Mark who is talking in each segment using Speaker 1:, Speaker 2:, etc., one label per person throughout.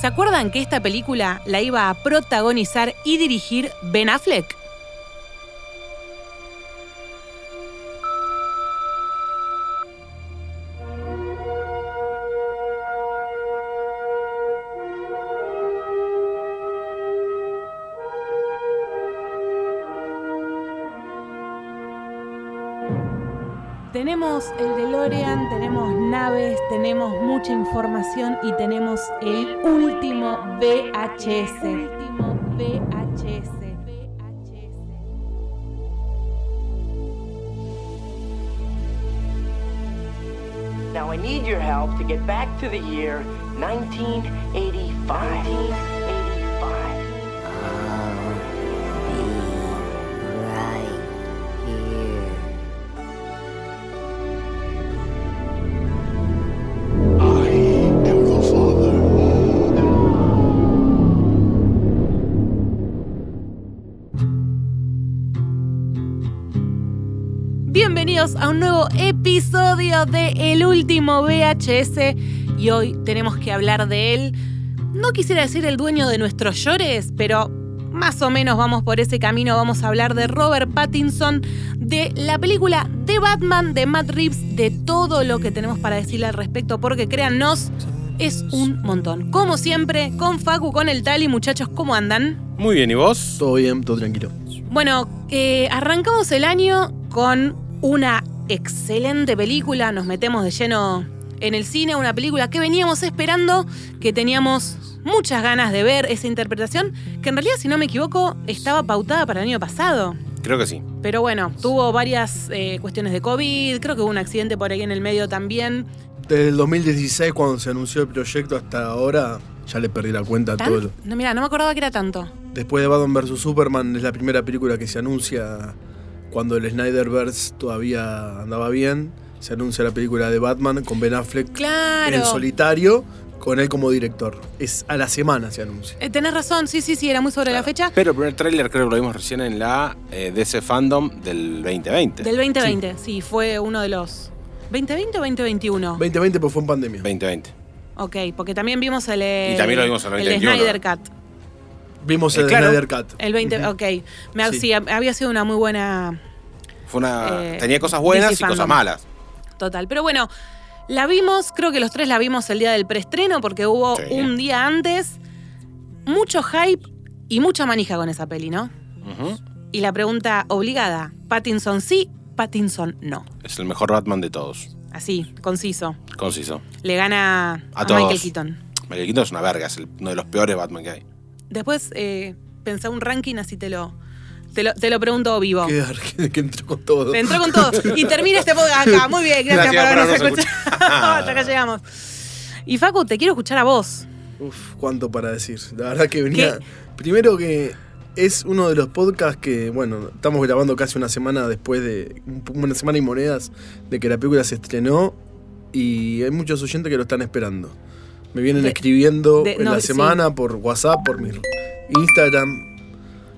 Speaker 1: ¿Se acuerdan que esta película la iba a protagonizar y dirigir Ben Affleck? Tenemos el DeLorean, tenemos naves, tenemos mucha información y tenemos el último VHS.
Speaker 2: Now I need your help to get back to the year 1985. 1985.
Speaker 3: right here.
Speaker 4: I am the father.
Speaker 1: Bienvenidos a un nuevo episodio de El último VHS y hoy tenemos que hablar de él. No quisiera decir el dueño de nuestros llores, pero más o menos vamos por ese camino. Vamos a hablar de Robert Pattinson, de la película de Batman, de Matt Reeves, de todo lo que tenemos para decirle al respecto, porque créannos, es un montón. Como siempre, con Facu, con el Tali, muchachos, ¿cómo andan?
Speaker 5: Muy bien, ¿y vos?
Speaker 6: Todo bien, todo tranquilo.
Speaker 1: Bueno, eh, arrancamos el año con una excelente película. Nos metemos de lleno en el cine, una película que veníamos esperando, que teníamos muchas ganas de ver esa interpretación, que en realidad, si no me equivoco, estaba pautada para el año pasado.
Speaker 5: Creo que sí.
Speaker 1: Pero bueno, tuvo varias eh, cuestiones de COVID, creo que hubo un accidente por ahí en el medio también.
Speaker 6: Desde el 2016, cuando se anunció el proyecto, hasta ahora, ya le perdí la cuenta a
Speaker 1: ¿Tan?
Speaker 6: todo.
Speaker 1: No, mira, no me acordaba que era tanto.
Speaker 6: Después de Batman vs. Superman, es la primera película que se anuncia cuando el Snyderverse todavía andaba bien. Se anuncia la película de Batman con Ben Affleck
Speaker 1: Claro.
Speaker 6: en solitario, con él como director. Es a la semana se anuncia.
Speaker 1: Eh, tenés razón, sí, sí, sí, era muy sobre la fecha.
Speaker 5: Pero el primer tráiler creo que lo vimos recién en la eh, DC Fandom del 2020.
Speaker 1: Del 2020, sí. fue uno de los. ¿2020 o 2021?
Speaker 6: 2020 pues fue en pandemia.
Speaker 5: 2020.
Speaker 1: Ok, porque también vimos el. eh,
Speaker 5: Y también lo vimos en el
Speaker 1: el
Speaker 5: 2021.
Speaker 1: Snyder Cut.
Speaker 6: Vimos
Speaker 5: Eh,
Speaker 6: el
Speaker 5: claro.
Speaker 6: Snyder Cut.
Speaker 1: El 20. Ok. Me, ha-
Speaker 6: Sí.
Speaker 1: sí, hab- había sido una muy buena
Speaker 5: Fue una,
Speaker 1: Eh,
Speaker 5: tenía cosas buenas
Speaker 1: DC
Speaker 5: y cosas
Speaker 1: Fandom.
Speaker 5: malas.
Speaker 1: total. Pero bueno, la vimos, creo que los tres la vimos el día del preestreno porque hubo
Speaker 5: Sí.
Speaker 1: un día antes. Mucho hype y mucha manija con esa peli, ¿no?
Speaker 5: Ujú.
Speaker 1: Y la pregunta obligada: ¿Pattinson sí? ¿Pattinson no?
Speaker 5: Es el mejor Batman de todos.
Speaker 1: Así, conciso.
Speaker 5: Conciso.
Speaker 1: Le gana
Speaker 5: A
Speaker 1: a, Michael
Speaker 5: todos.
Speaker 1: Keaton.
Speaker 5: Michael Keaton es una verga, es el- uno de los peores Batman que hay.
Speaker 1: Después eh, pensá un ranking, así te lo, te lo, te lo pregunto vivo.
Speaker 6: Qué ar- Que, entró con todo.
Speaker 1: Te entró con todo. Y termina este podcast acá. Muy bien, gracias,
Speaker 5: Gracias
Speaker 1: por
Speaker 5: por
Speaker 1: habernos
Speaker 5: habernos
Speaker 1: escuchado. Hasta acá llegamos. Y Facu, te quiero escuchar a vos.
Speaker 6: Uf, cuánto para decir. La verdad que venía. Primero que es uno de los podcasts que, bueno, estamos grabando casi una semana después de. un- Una semana y monedas de que la película se estrenó. Y hay muchos oyentes que lo están esperando. Me vienen
Speaker 1: De-
Speaker 6: escribiendo
Speaker 1: de-
Speaker 6: en
Speaker 1: no,
Speaker 6: la
Speaker 1: sí.
Speaker 6: semana por WhatsApp, por mi Instagram.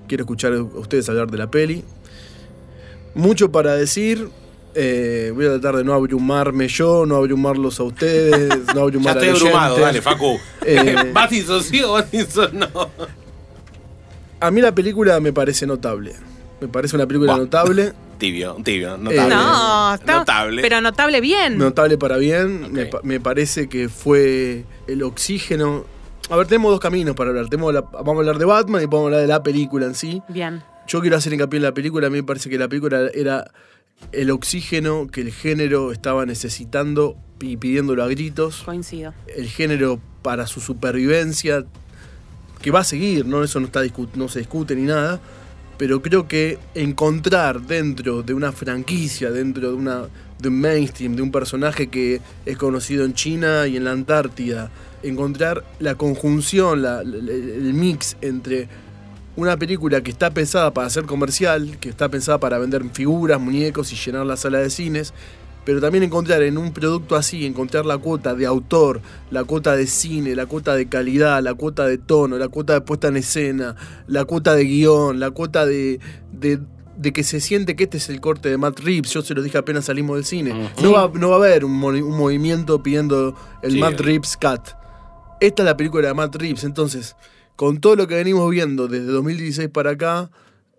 Speaker 6: Quiero escuchar a ustedes hablar de la peli. Mucho para decir. eh, voy a tratar de no abrumarme yo, no abrumarlos a ustedes, no
Speaker 5: Ya
Speaker 6: abrumar
Speaker 5: estoy
Speaker 6: al
Speaker 5: abrumado,
Speaker 6: oyente.
Speaker 5: dale, Facu.
Speaker 6: Eh,
Speaker 5: Battinson sí o Battinson no.
Speaker 6: A mí la película me parece notable. Me parece una película
Speaker 5: Buah.
Speaker 6: notable.
Speaker 5: Tibio, tibio, notable.
Speaker 1: no, está-
Speaker 5: notable.
Speaker 1: Pero notable bien.
Speaker 6: Notable para bien. Me,
Speaker 5: Ok.
Speaker 6: pa- me parece que fue el oxígeno. A ver, tenemos dos caminos para hablar. Tenemos la- vamos a hablar de Batman y vamos a hablar de la película en sí.
Speaker 1: Bien.
Speaker 6: Yo quiero hacer hincapié en la película. A mí me parece que la película era el oxígeno que el género estaba necesitando y pidiéndolo a gritos.
Speaker 1: Coincido.
Speaker 6: el género para su supervivencia, que va a seguir, ¿no? Eso no, está discu- no se discute ni nada, pero creo que encontrar dentro de una franquicia, dentro de, una, de un mainstream, de un personaje que es conocido en China y en la Antártida, encontrar la conjunción, la- la- la- el mix entre una película que está pensada para ser comercial, que está pensada para vender figuras, muñecos y llenar la sala de cines, pero también encontrar en un producto así, encontrar la cuota de autor, la cuota de cine, la cuota de calidad, la cuota de tono, la cuota de puesta en escena, la cuota de guión, la cuota de, de- de que se siente que este es el corte de Matt Reeves, yo se los dije apenas salimos del cine.
Speaker 5: Ujú.
Speaker 6: no, va, no va a haber un, moni- un movimiento pidiendo el
Speaker 5: Sí.
Speaker 6: Matt Reeves Cut. Esta es la película de Matt Reeves. Entonces, con todo lo que venimos viendo desde 2016 para acá,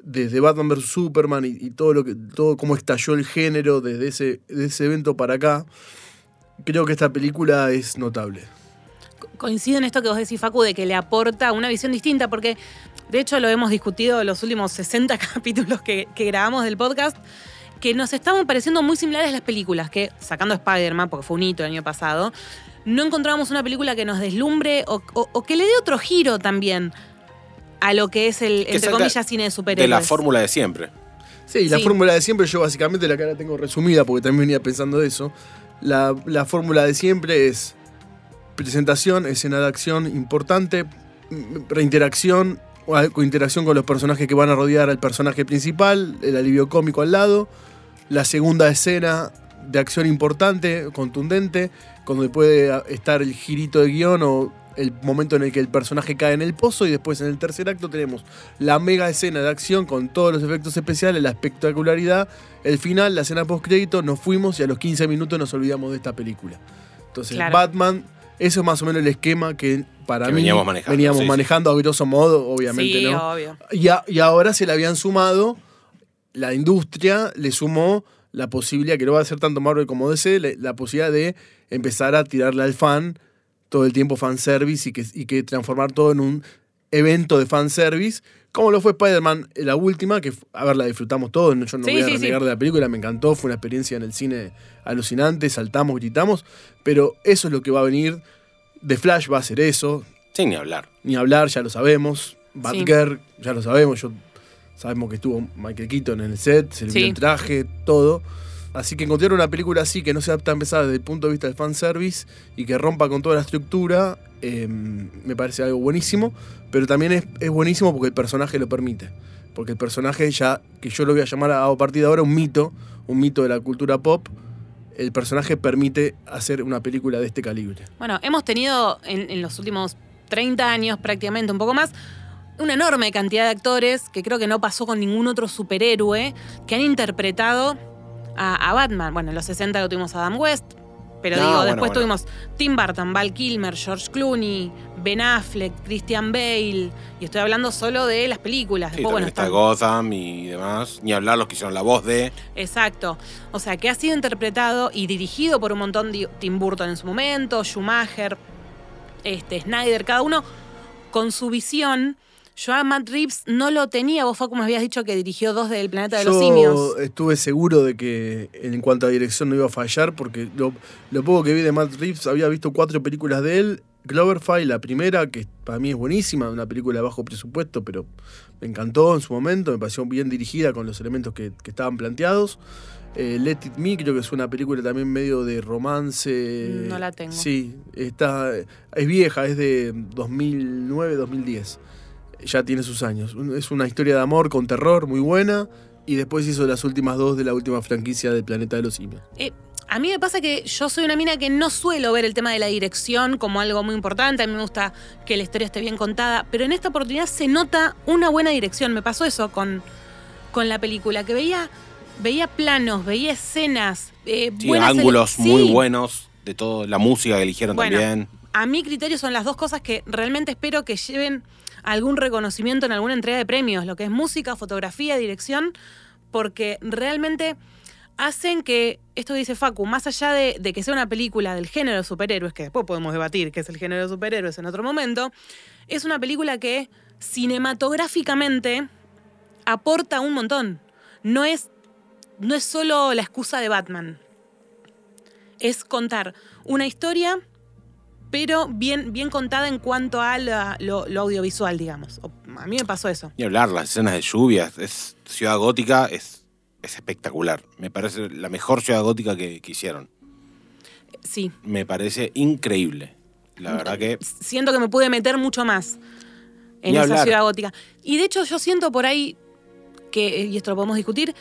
Speaker 6: desde Batman vs Superman y, y todo lo que. todo cómo estalló el género desde ese, de ese evento para acá, creo que esta película es notable.
Speaker 1: Coincido en esto que vos decís, Facu, de que le aporta una visión distinta, porque de hecho lo hemos discutido los últimos 60 capítulos que, que grabamos del podcast, que nos estaban pareciendo muy similares las películas, que sacando Spider-Man, porque fue un hito el año pasado, no encontrábamos una película que nos deslumbre o, o- o que le dé otro giro también a lo que es el,
Speaker 5: Que
Speaker 1: entre
Speaker 5: salga
Speaker 1: comillas, cine de superhéroes.
Speaker 5: De la fórmula de siempre.
Speaker 6: Sí, la
Speaker 1: Sí.
Speaker 6: fórmula de siempre, yo básicamente la cara tengo resumida porque también venía pensando eso. La, la fórmula de siempre es presentación, escena de acción importante, mm, reinteracción, o algo- interacción con los personajes que van a rodear al personaje principal, el alivio cómico al lado, la segunda escena de acción importante, contundente, cuando puede a- estar el girito de guión o el momento en el que el personaje cae en el pozo y después en el tercer acto tenemos la mega escena de acción con todos los efectos especiales, la espectacularidad, el final, la escena post crédito, nos fuimos y a los 15 minutos nos olvidamos de esta película. Entonces,
Speaker 1: Claro.
Speaker 6: Batman, eso es más o menos el esquema que para
Speaker 5: Que
Speaker 6: mí
Speaker 5: veníamos manejando,
Speaker 6: veníamos
Speaker 5: sí, sí.
Speaker 6: manejando a grosso modo, obviamente,
Speaker 1: sí,
Speaker 6: ¿no?
Speaker 1: obvio.
Speaker 6: Y, a- y ahora se le habían sumado, la industria le sumó la posibilidad, que no va a ser tanto Marvel como DC, le- la, posibilidad de empezar a tirarle al fan todo el tiempo fanservice y que, y que transformar todo en un evento de fanservice, como lo fue Spider-Man, la última, que, a ver, la disfrutamos todos, no- yo no
Speaker 1: Sí,
Speaker 6: voy a
Speaker 1: sí, sí.
Speaker 6: renegar de la película, me encantó, fue una experiencia en el cine alucinante, saltamos, gritamos, pero eso es lo que va a venir, The Flash va a ser eso,
Speaker 5: Sin ni hablar.
Speaker 6: ni hablar, ya lo sabemos. Batgirl, ya lo sabemos. Yo, sabemos que estuvo Michael Keaton en el set, se le vio
Speaker 1: Sí.
Speaker 6: el traje, todo. Así que encontrar una película así que no sea tan pesada desde el punto de vista del fanservice y que rompa con toda la estructura, eh, me parece algo buenísimo. Pero también es, es buenísimo porque el personaje lo permite. Porque el personaje ya, que yo lo voy a llamar a, a partir de ahora un mito, un mito de la cultura pop, el personaje permite hacer una película de este calibre.
Speaker 1: Bueno, hemos tenido en, en los últimos 30 años prácticamente, un poco más, una enorme cantidad de actores que creo que no pasó con ningún otro superhéroe que han interpretado a, a Batman. Bueno, en los 60 lo tuvimos a Adam West, pero
Speaker 5: No,
Speaker 1: digo,
Speaker 5: bueno,
Speaker 1: después
Speaker 5: bueno.
Speaker 1: tuvimos Tim Burton, Val Kilmer, George Clooney, Ben Affleck, Christian Bale, y estoy hablando solo de las películas.
Speaker 5: Sí,
Speaker 1: Después, bueno,
Speaker 5: también está
Speaker 1: están-
Speaker 5: Gotham y demás. Ni hablar los que hicieron la voz de.
Speaker 1: Exacto. O sea, que ha sido interpretado y dirigido por un montón de Tim Burton en su momento, Schumacher, este, Snyder, cada uno con su visión. Yo a Matt Reeves no lo tenía. Vos, Facu, me habías dicho que dirigió dos del Planeta de los
Speaker 6: Yo
Speaker 1: Simios.
Speaker 6: estuve seguro de que en cuanto a dirección no iba a fallar, porque lo, lo poco que vi de Matt Reeves, había visto cuatro películas de él. Cloverfile, la primera, que para mí es buenísima, una película de bajo presupuesto, pero me encantó en su momento, me pareció bien dirigida con los elementos que, que estaban planteados. Eh, Let It Me, creo que es una película también medio de romance.
Speaker 1: No la tengo.
Speaker 6: Sí, está, es vieja, es de 2009, 2010 ya tiene sus años. Un- Es una historia de amor con terror muy buena. Y después hizo las últimas dos de la última franquicia del Planeta de los Simios.
Speaker 1: Eh, a mí me pasa que yo soy una mina que no suelo ver el tema de la dirección como algo muy importante. A mí me gusta que la historia esté bien contada. Pero en esta oportunidad se nota una buena dirección. Me pasó eso con, con la película, que veía, veía planos, veía escenas. eh,
Speaker 5: Sí,
Speaker 1: buenas ele-
Speaker 5: ángulos muy
Speaker 1: Sí.
Speaker 5: buenos. De todo, la música que eligieron
Speaker 1: Bueno.
Speaker 5: también.
Speaker 1: A mi criterio son las dos cosas que realmente espero que lleven algún reconocimiento en alguna entrega de premios, lo que es música, fotografía, dirección, porque realmente hacen que, esto que dice Facu, más allá de, de que sea una película del género de superhéroes, que después podemos debatir qué es el género de superhéroes en otro momento, es una película que cinematográficamente aporta un montón. No es, no es solo la excusa de Batman. Es contar una historia pero bien, bien contada en cuanto a la- lo, lo audiovisual, digamos. O- A mí me pasó eso.
Speaker 5: Ni hablar, las escenas de lluvias. Es Ciudad Gótica, es, es espectacular. Me parece la mejor Ciudad Gótica que, que hicieron.
Speaker 1: Sí,
Speaker 5: Me parece increíble. La verdad que.
Speaker 1: siento que me pude meter mucho más en
Speaker 5: Ni
Speaker 1: esa
Speaker 5: hablar.
Speaker 1: ciudad gótica. Y de hecho yo siento por ahí, que, eh, y esto lo podemos discutir,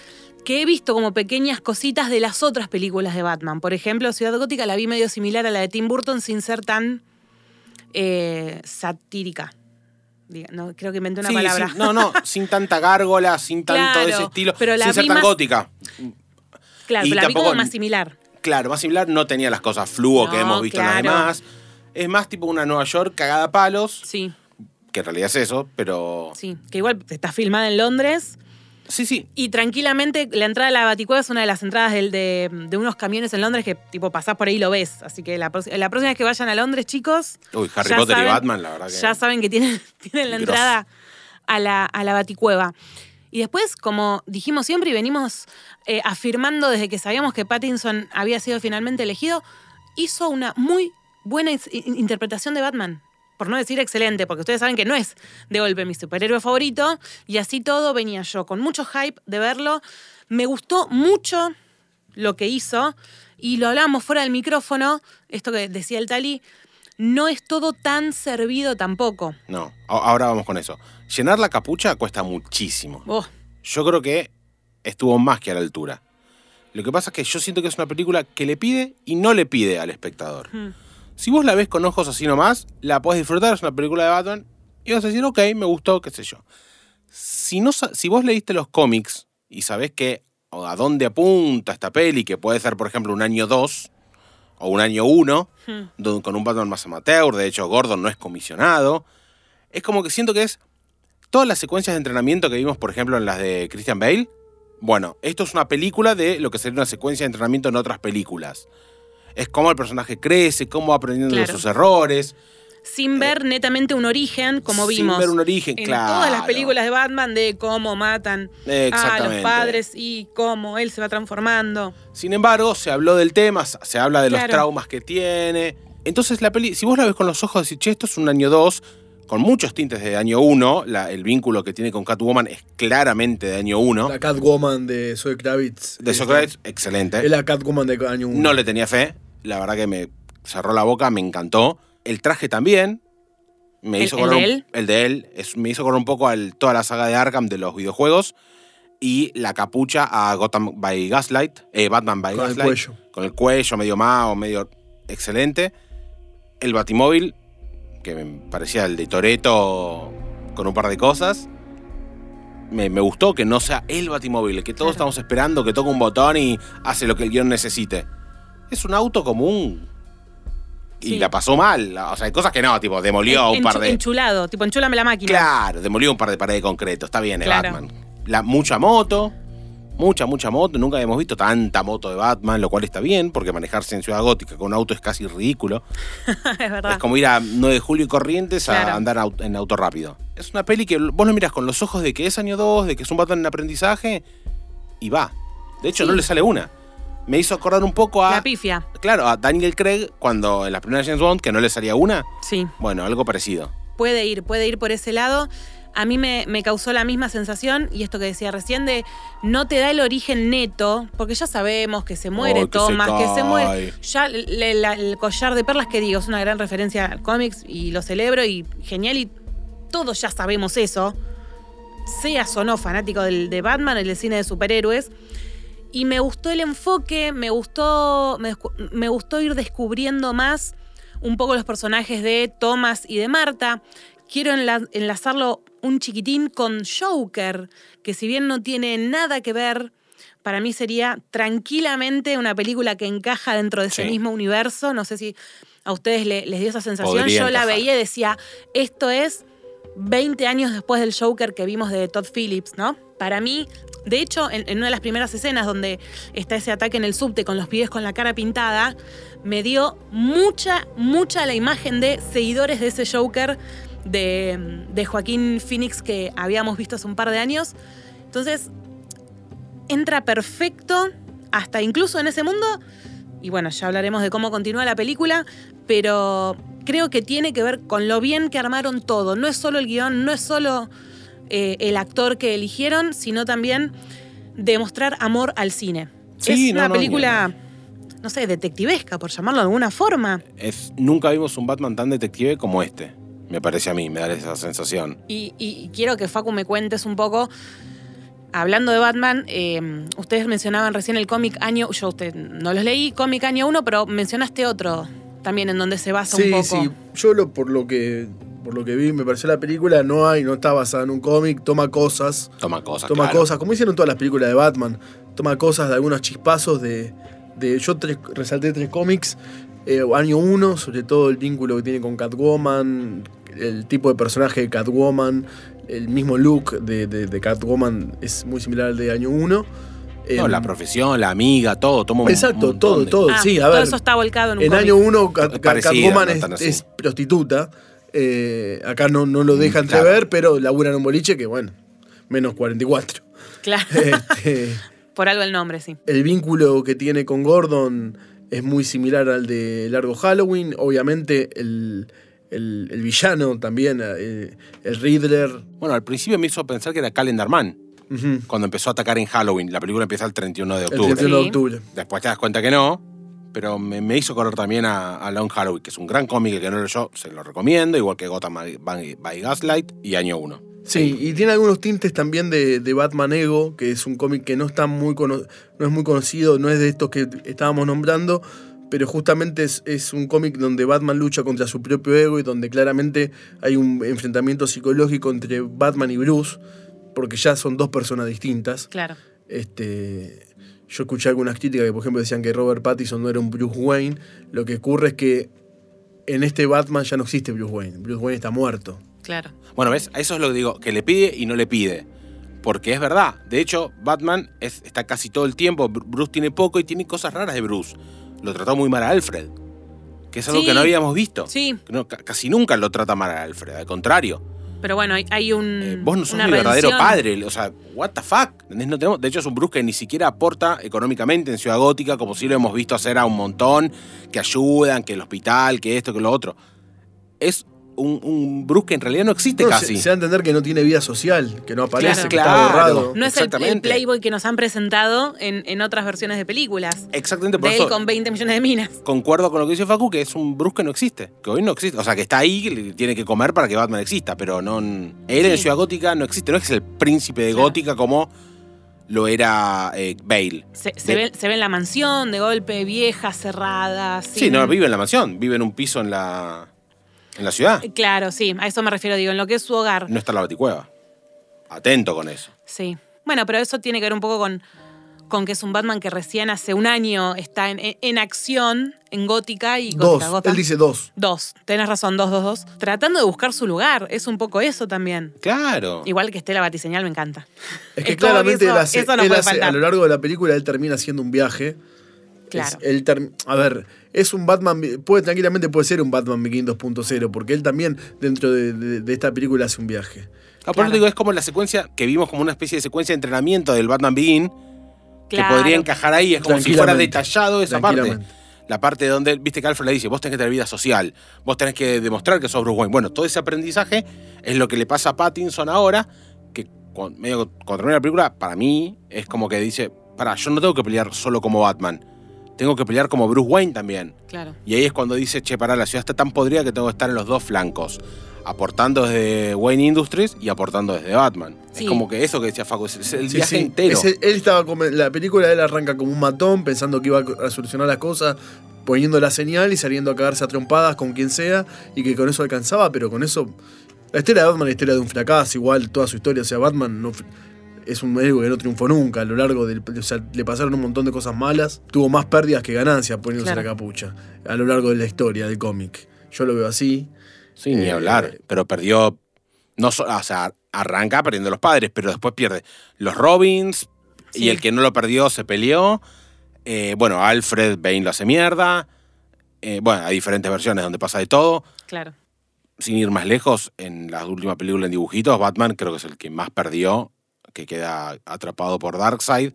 Speaker 1: que he visto como pequeñas cositas de las otras películas de Batman. Por ejemplo, Ciudad Gótica la vi medio similar a la de Tim Burton sin ser tan eh, satírica. Diga- No, creo que inventé una
Speaker 5: Sí,
Speaker 1: palabra.
Speaker 5: sí, no, no, sin tanta gárgola, sin tanto de ese
Speaker 1: Claro,
Speaker 5: estilo,
Speaker 1: pero la
Speaker 5: sin ser
Speaker 1: vi
Speaker 5: tan
Speaker 1: más-
Speaker 5: gótica.
Speaker 1: claro,
Speaker 5: y
Speaker 1: pero la vi como
Speaker 5: tampoco-
Speaker 1: más similar.
Speaker 5: Claro, más similar no tenía las cosas fluo que
Speaker 1: No,
Speaker 5: hemos visto en las
Speaker 1: claro.
Speaker 5: demás. Es más tipo una Nueva York cagada a palos,
Speaker 1: Sí,
Speaker 5: que en realidad es eso, pero...
Speaker 1: sí. Que igual está filmada en Londres.
Speaker 5: Sí, sí.
Speaker 1: Y tranquilamente la entrada a la Baticueva es una de las entradas del- de, de unos camiones en Londres que tipo pasás por ahí y lo ves. Así que la, prox- la próxima vez que vayan a Londres, chicos,
Speaker 5: Uy, Harry
Speaker 1: Ya
Speaker 5: Potter y
Speaker 1: saben-
Speaker 5: Batman, la verdad que...
Speaker 1: ya saben que tienen, tienen la
Speaker 5: Gross.
Speaker 1: entrada a la, a la Baticueva. Y después, como dijimos siempre y venimos eh, afirmando desde que sabíamos que Pattinson había sido finalmente elegido, hizo una muy buena is- in- interpretación de Batman. Por no decir excelente, porque ustedes saben que no es de golpe mi superhéroe favorito. Y así todo venía yo con mucho hype de verlo. Me gustó mucho lo que hizo y lo hablábamos fuera del micrófono, esto que decía el Tali, no es todo tan servido tampoco.
Speaker 5: No, a- ahora vamos con eso. Llenar la capucha cuesta muchísimo.
Speaker 1: Oh,
Speaker 5: Yo creo que estuvo más que a la altura. Lo que pasa es que yo siento que es una película que le pide y no le pide al espectador.
Speaker 1: Hmm.
Speaker 5: Si vos la ves con ojos así nomás, la podés disfrutar, es una película de Batman, y vas a decir, ok, me gustó, qué sé yo. Si, no, sa- si vos leíste los cómics y sabés que o a dónde apunta esta peli, que puede ser, por ejemplo, un año 2 o un año 1,
Speaker 1: Hmm.
Speaker 5: don- con un Batman más amateur, de hecho Gordon no es comisionado, es como que siento que es todas las secuencias de entrenamiento que vimos, por ejemplo, en las de Christian Bale. Bueno, esto es una película de lo que sería una secuencia de entrenamiento en otras películas. Es cómo el personaje crece, cómo va aprendiendo de
Speaker 1: Claro.
Speaker 5: sus errores.
Speaker 1: sin ver netamente un origen, como
Speaker 5: Eh, sin
Speaker 1: vimos.
Speaker 5: ver un origen,
Speaker 1: en
Speaker 5: claro.
Speaker 1: todas las películas de Batman de cómo matan a los
Speaker 5: Exactamente.
Speaker 1: padres y cómo él se va transformando.
Speaker 5: Sin embargo, se habló del tema, s- se habla de los
Speaker 1: Claro.
Speaker 5: traumas que tiene. Entonces, la peli, si vos la ves con los ojos, decís, che, esto es un año 2, con muchos tintes de año 1, el vínculo que tiene con Catwoman es claramente de año 1.
Speaker 6: La Catwoman de Zoe Kravitz.
Speaker 5: De
Speaker 6: Es-
Speaker 5: Socrates, excelente.
Speaker 6: Es la Catwoman de año 1.
Speaker 5: No le tenía fe. La verdad que me cerró la boca, me encantó. El traje también. Me
Speaker 1: ¿El-
Speaker 5: hizo
Speaker 1: el
Speaker 5: acordar
Speaker 1: de
Speaker 5: un-
Speaker 1: él?
Speaker 5: el de él. Es- me hizo correr un poco a toda la saga de Arkham de los videojuegos. Y la capucha a Gotham by Gaslight. eh, Batman by
Speaker 6: Con el
Speaker 5: Gaslight.
Speaker 6: cuello.
Speaker 5: Con el cuello, medio mao, medio excelente. El batimóvil, que me parecía el de Toreto con un par de cosas. Me, me gustó que no sea el batimóvil, que todos
Speaker 1: Claro.
Speaker 5: estamos esperando que toque un botón y hace lo que el guión necesite. Es un auto común. Y
Speaker 1: Sí.
Speaker 5: la pasó mal. O sea, hay cosas que no, tipo, demolió
Speaker 1: En-
Speaker 5: un par
Speaker 1: enchu-
Speaker 5: de.
Speaker 1: Enchulado, tipo, enchulame la máquina.
Speaker 5: Claro, demolió un par de paredes de concreto. Está bien, es
Speaker 1: Claro.
Speaker 5: Batman. La, mucha moto, mucha, mucha moto. Nunca habíamos visto tanta moto de Batman, lo cual está bien, porque manejarse en Ciudad Gótica con un auto es casi ridículo.
Speaker 1: es verdad.
Speaker 5: Es como ir a 9 de julio y Corrientes
Speaker 1: Claro.
Speaker 5: a andar en auto- en auto rápido. Es una peli que vos lo mirás con los ojos de que es año 2, de que es un Batman en aprendizaje, y va. De hecho,
Speaker 1: Sí.
Speaker 5: no le sale una. Me hizo acordar un poco a.
Speaker 1: La pifia,
Speaker 5: Claro, a Daniel Craig cuando en la primera James Bond, que no le salía una.
Speaker 1: sí.
Speaker 5: Bueno, algo parecido.
Speaker 1: puede ir, puede ir por ese lado. A mí me, me causó la misma sensación, y esto que decía recién, de no te da el origen neto, porque ya sabemos que se muere
Speaker 5: Ay, Oh, que se
Speaker 1: Thomas, que se
Speaker 5: cae.
Speaker 1: muere. Ya le- la- el collar de perlas que digo, es una gran referencia al cómics y lo celebro y genial, y todos ya sabemos eso. Seas o no fanático del, de Batman, el del cine de superhéroes. Y me gustó el enfoque, me gustó, me, descu- me gustó ir descubriendo más un poco los personajes de Thomas y de Marta. Quiero enla- enlazarlo un chiquitín con Joker, que si bien no tiene nada que ver, para mí sería tranquilamente una película que encaja dentro de ese
Speaker 5: Sí.
Speaker 1: mismo universo. No sé si a ustedes le- les dio esa sensación.
Speaker 5: Podría
Speaker 1: Yo la
Speaker 5: encajar.
Speaker 1: veía y decía, esto es 20 años después del Joker que vimos de Todd Phillips, ¿no? Para mí, de hecho, en, en una de las primeras escenas donde está ese ataque en el subte con los pibes con la cara pintada, me dio mucha, mucha la imagen de seguidores de ese Joker de, de Joaquín Phoenix que habíamos visto hace un par de años. Entonces, entra perfecto hasta incluso en ese mundo. Y bueno, ya hablaremos de cómo continúa la película, pero creo que tiene que ver con lo bien que armaron todo. No es solo el guión, no es solo eh, el actor que eligieron, sino también demostrar amor al cine.
Speaker 5: Sí,
Speaker 1: es
Speaker 5: no,
Speaker 1: una
Speaker 5: no,
Speaker 1: película, no sé, detectivesca, por llamarlo de alguna forma.
Speaker 5: Es, nunca vimos un Batman tan detective como este. Me parece a mí, me da esa sensación.
Speaker 1: Y, y quiero que Facu me cuentes un poco. Hablando de Batman, eh, ustedes mencionaban recién el cómic año. Yo usted no los leí, cómic año 1, pero mencionaste otro también en donde se basa un
Speaker 6: Sí,
Speaker 1: poco.
Speaker 6: sí. Yo lo, por lo que por lo que vi, me pareció la película, no hay, no está basada en un cómic, toma cosas,
Speaker 5: Toma cosas.
Speaker 6: toma
Speaker 5: claro.
Speaker 6: cosas, como hicieron todas las películas de Batman, toma cosas de algunos chispazos de. de yo tres- resalté tres cómics. Eh, año 1, sobre todo el vínculo que tiene con Catwoman, el tipo de personaje de Catwoman, el mismo look de, de- de Catwoman es muy similar al de año 1.
Speaker 5: No, la profesión, la amiga, todo. Toma un
Speaker 6: em. Exacto,
Speaker 5: montón
Speaker 6: todo,
Speaker 5: de-
Speaker 6: todo.
Speaker 1: Ah,
Speaker 6: sí, a
Speaker 1: todo
Speaker 6: ver.
Speaker 1: eso está volcado en un
Speaker 6: En
Speaker 1: cómic.
Speaker 6: año 1
Speaker 5: Parecida,
Speaker 6: Catwoman
Speaker 5: no
Speaker 6: es,
Speaker 5: tan así. Mm,
Speaker 6: es prostituta. Eh, acá no, no lo deja
Speaker 5: claro.
Speaker 6: entrever, pero labura en un boliche que, bueno, menos 44.
Speaker 1: Claro.
Speaker 5: Eh.
Speaker 6: Este,
Speaker 1: Por algo el nombre, sí.
Speaker 6: el vínculo que tiene con Gordon es muy similar al de Largo Halloween. Obviamente, el, el- el villano también, eh, el Riddler.
Speaker 5: Bueno, al principio me hizo pensar que era Calendar Man.
Speaker 6: Ujú.
Speaker 5: Cuando empezó a atacar en Halloween. La película empieza el 31 de
Speaker 6: El
Speaker 5: octubre.
Speaker 6: 31 de
Speaker 1: Sí.
Speaker 6: octubre.
Speaker 5: Después te das cuenta que no. Pero me, me hizo correr también a, a Long Halloween, que es un gran cómic el que no yo se lo recomiendo, igual que Gotham by, by Gaslight y Año 1.
Speaker 6: Sí, y tiene algunos tintes también de, de Batman Ego, que es un cómic que no, está muy cono- no es muy conocido, no es de estos que estábamos nombrando, pero justamente es, es un cómic donde Batman lucha contra su propio ego y donde claramente hay un enfrentamiento psicológico entre Batman y Bruce, porque ya son dos personas distintas.
Speaker 1: Claro.
Speaker 6: Este, yo escuché algunas críticas que, por ejemplo, decían que Robert Pattinson no era un Bruce Wayne. Lo que ocurre es que en este Batman ya no existe Bruce Wayne. Bruce Wayne está muerto.
Speaker 1: Claro.
Speaker 5: Bueno, ¿ves? A Eso es lo que digo, que le pide y no le pide. Porque es verdad. De hecho, Batman es- está casi todo el tiempo. Bru- Bruce tiene poco y tiene cosas raras de Bruce. Lo trató muy mal a Alfred. Que es algo
Speaker 1: Sí.
Speaker 5: que no habíamos visto.
Speaker 1: Sí.
Speaker 5: No, ca- casi nunca lo trata mal a Alfred. Al contrario.
Speaker 1: Pero bueno, hay, hay un.
Speaker 5: Eh, vos no sos
Speaker 1: Mm, una
Speaker 5: mi verdadero
Speaker 1: redención.
Speaker 5: padre. O sea, what the fuck. ¿Entendés? No tenemos, de hecho, es un Bruce que ni siquiera aporta económicamente en Ciudad Gótica, como si lo hemos visto hacer a un montón, que ayudan, que el hospital, que esto, que lo otro. Es un, un Bruce que en realidad no existe
Speaker 6: No,
Speaker 5: casi.
Speaker 6: Se, se da a entender que no tiene vida social, que no
Speaker 1: Claro.
Speaker 6: aparece, que está borrado.
Speaker 1: No es el- el,
Speaker 5: Exactamente.
Speaker 1: Playboy que nos han presentado en, en otras versiones de películas.
Speaker 5: Exactamente, por
Speaker 1: De él
Speaker 5: eso
Speaker 1: con 20 millones de minas.
Speaker 5: concuerdo con lo que dice Facu, que es un Bruce que no existe, que hoy no existe. O sea, que está ahí, que le tiene que comer para que Batman exista, pero no... Él en Ciudad Gótica no existe, no es el príncipe de
Speaker 1: Claro.
Speaker 5: Gótica como lo era eh, Bale.
Speaker 1: Se, se
Speaker 5: De-
Speaker 1: ve, se ve en la mansión, de golpe, vieja, cerrada. Mm.
Speaker 5: Sí,
Speaker 1: sin-
Speaker 5: no vive en la mansión, vive en un piso en la, en la ciudad.
Speaker 1: Claro, sí, a eso me refiero, digo, en lo que es su hogar.
Speaker 5: No está la baticueva. Atento con eso.
Speaker 1: Sí. Bueno, pero eso tiene que ver un poco con, con que es un Batman que recién hace un año está en, en- en acción, en gótica y
Speaker 6: Dos.
Speaker 1: gótica, Gotham.
Speaker 6: Él dice dos.
Speaker 1: Dos, tenés razón, dos, dos, dos. Tratando de buscar su lugar, es un poco eso también.
Speaker 5: Claro.
Speaker 1: Igual que esté la batiseñal, me encanta.
Speaker 6: Es que
Speaker 1: Es como que
Speaker 6: claramente
Speaker 1: eso-
Speaker 6: él hace-
Speaker 1: eso no
Speaker 6: él
Speaker 1: puede
Speaker 6: hace-
Speaker 1: faltar.
Speaker 6: a lo largo de la película él termina haciendo un viaje.
Speaker 1: Claro.
Speaker 6: Es- él term- a ver, es un Batman, vi- puede tranquilamente puede ser un Batman Begin 2.0, porque él también dentro de, de- de esta película hace un viaje.
Speaker 5: Aparte
Speaker 1: claro.
Speaker 5: digo, es como la secuencia que vimos como una especie de secuencia de entrenamiento del Batman Begin,
Speaker 1: Claro.
Speaker 5: que podría encajar ahí. Es como si fuera
Speaker 6: Tranquilamente.
Speaker 5: detallado esa parte.
Speaker 6: Tranquilamente.
Speaker 5: La parte donde, viste que Alfred le dice, vos tenés que tener vida social, vos tenés que demostrar que sos Bruce Wayne. Bueno, todo ese aprendizaje es lo que le pasa a Pattinson ahora, que cuando, medio, que cuando termina la película, para mí, es como que dice, para, yo no tengo que pelear solo como Batman, tengo que pelear como Bruce Wayne también.
Speaker 1: Claro.
Speaker 5: Y ahí es cuando dice, che, pará, la ciudad está tan podrida que tengo que estar en los dos flancos. Aportando desde Wayne Industries y aportando desde Batman.
Speaker 1: Sí.
Speaker 5: Es como que eso que decía Facu, es, es el
Speaker 6: Sí,
Speaker 5: viaje
Speaker 6: sí.
Speaker 5: entero.
Speaker 6: Ese- él estaba como- la película de él arranca como un matón, pensando que iba a solucionar las cosas, poniendo la señal y saliendo a cagarse a trompadas con quien sea, y que con eso alcanzaba, pero con eso. La historia de Batman es la historia de un fracaso, igual toda su historia. O sea, Batman no fr- es un héroe que no triunfó nunca a lo largo del. O sea, le pasaron un montón de cosas malas. Tuvo más pérdidas que ganancias poniéndose
Speaker 1: Claro.
Speaker 6: la capucha a lo largo de la historia del cómic. Yo lo veo así.
Speaker 5: Sí, ni
Speaker 6: Eh,
Speaker 5: hablar. Pero perdió. No, so- o sea, arranca perdiendo los padres, pero después pierde los Robins.
Speaker 1: Sí.
Speaker 5: Y el que no lo perdió se peleó. Eh, bueno, Alfred Bane lo hace mierda. Eh, bueno, hay diferentes versiones donde pasa de todo.
Speaker 1: Claro.
Speaker 5: Sin ir más lejos, en la última película en dibujitos, Batman creo que es el que más perdió, que queda atrapado por Darkseid.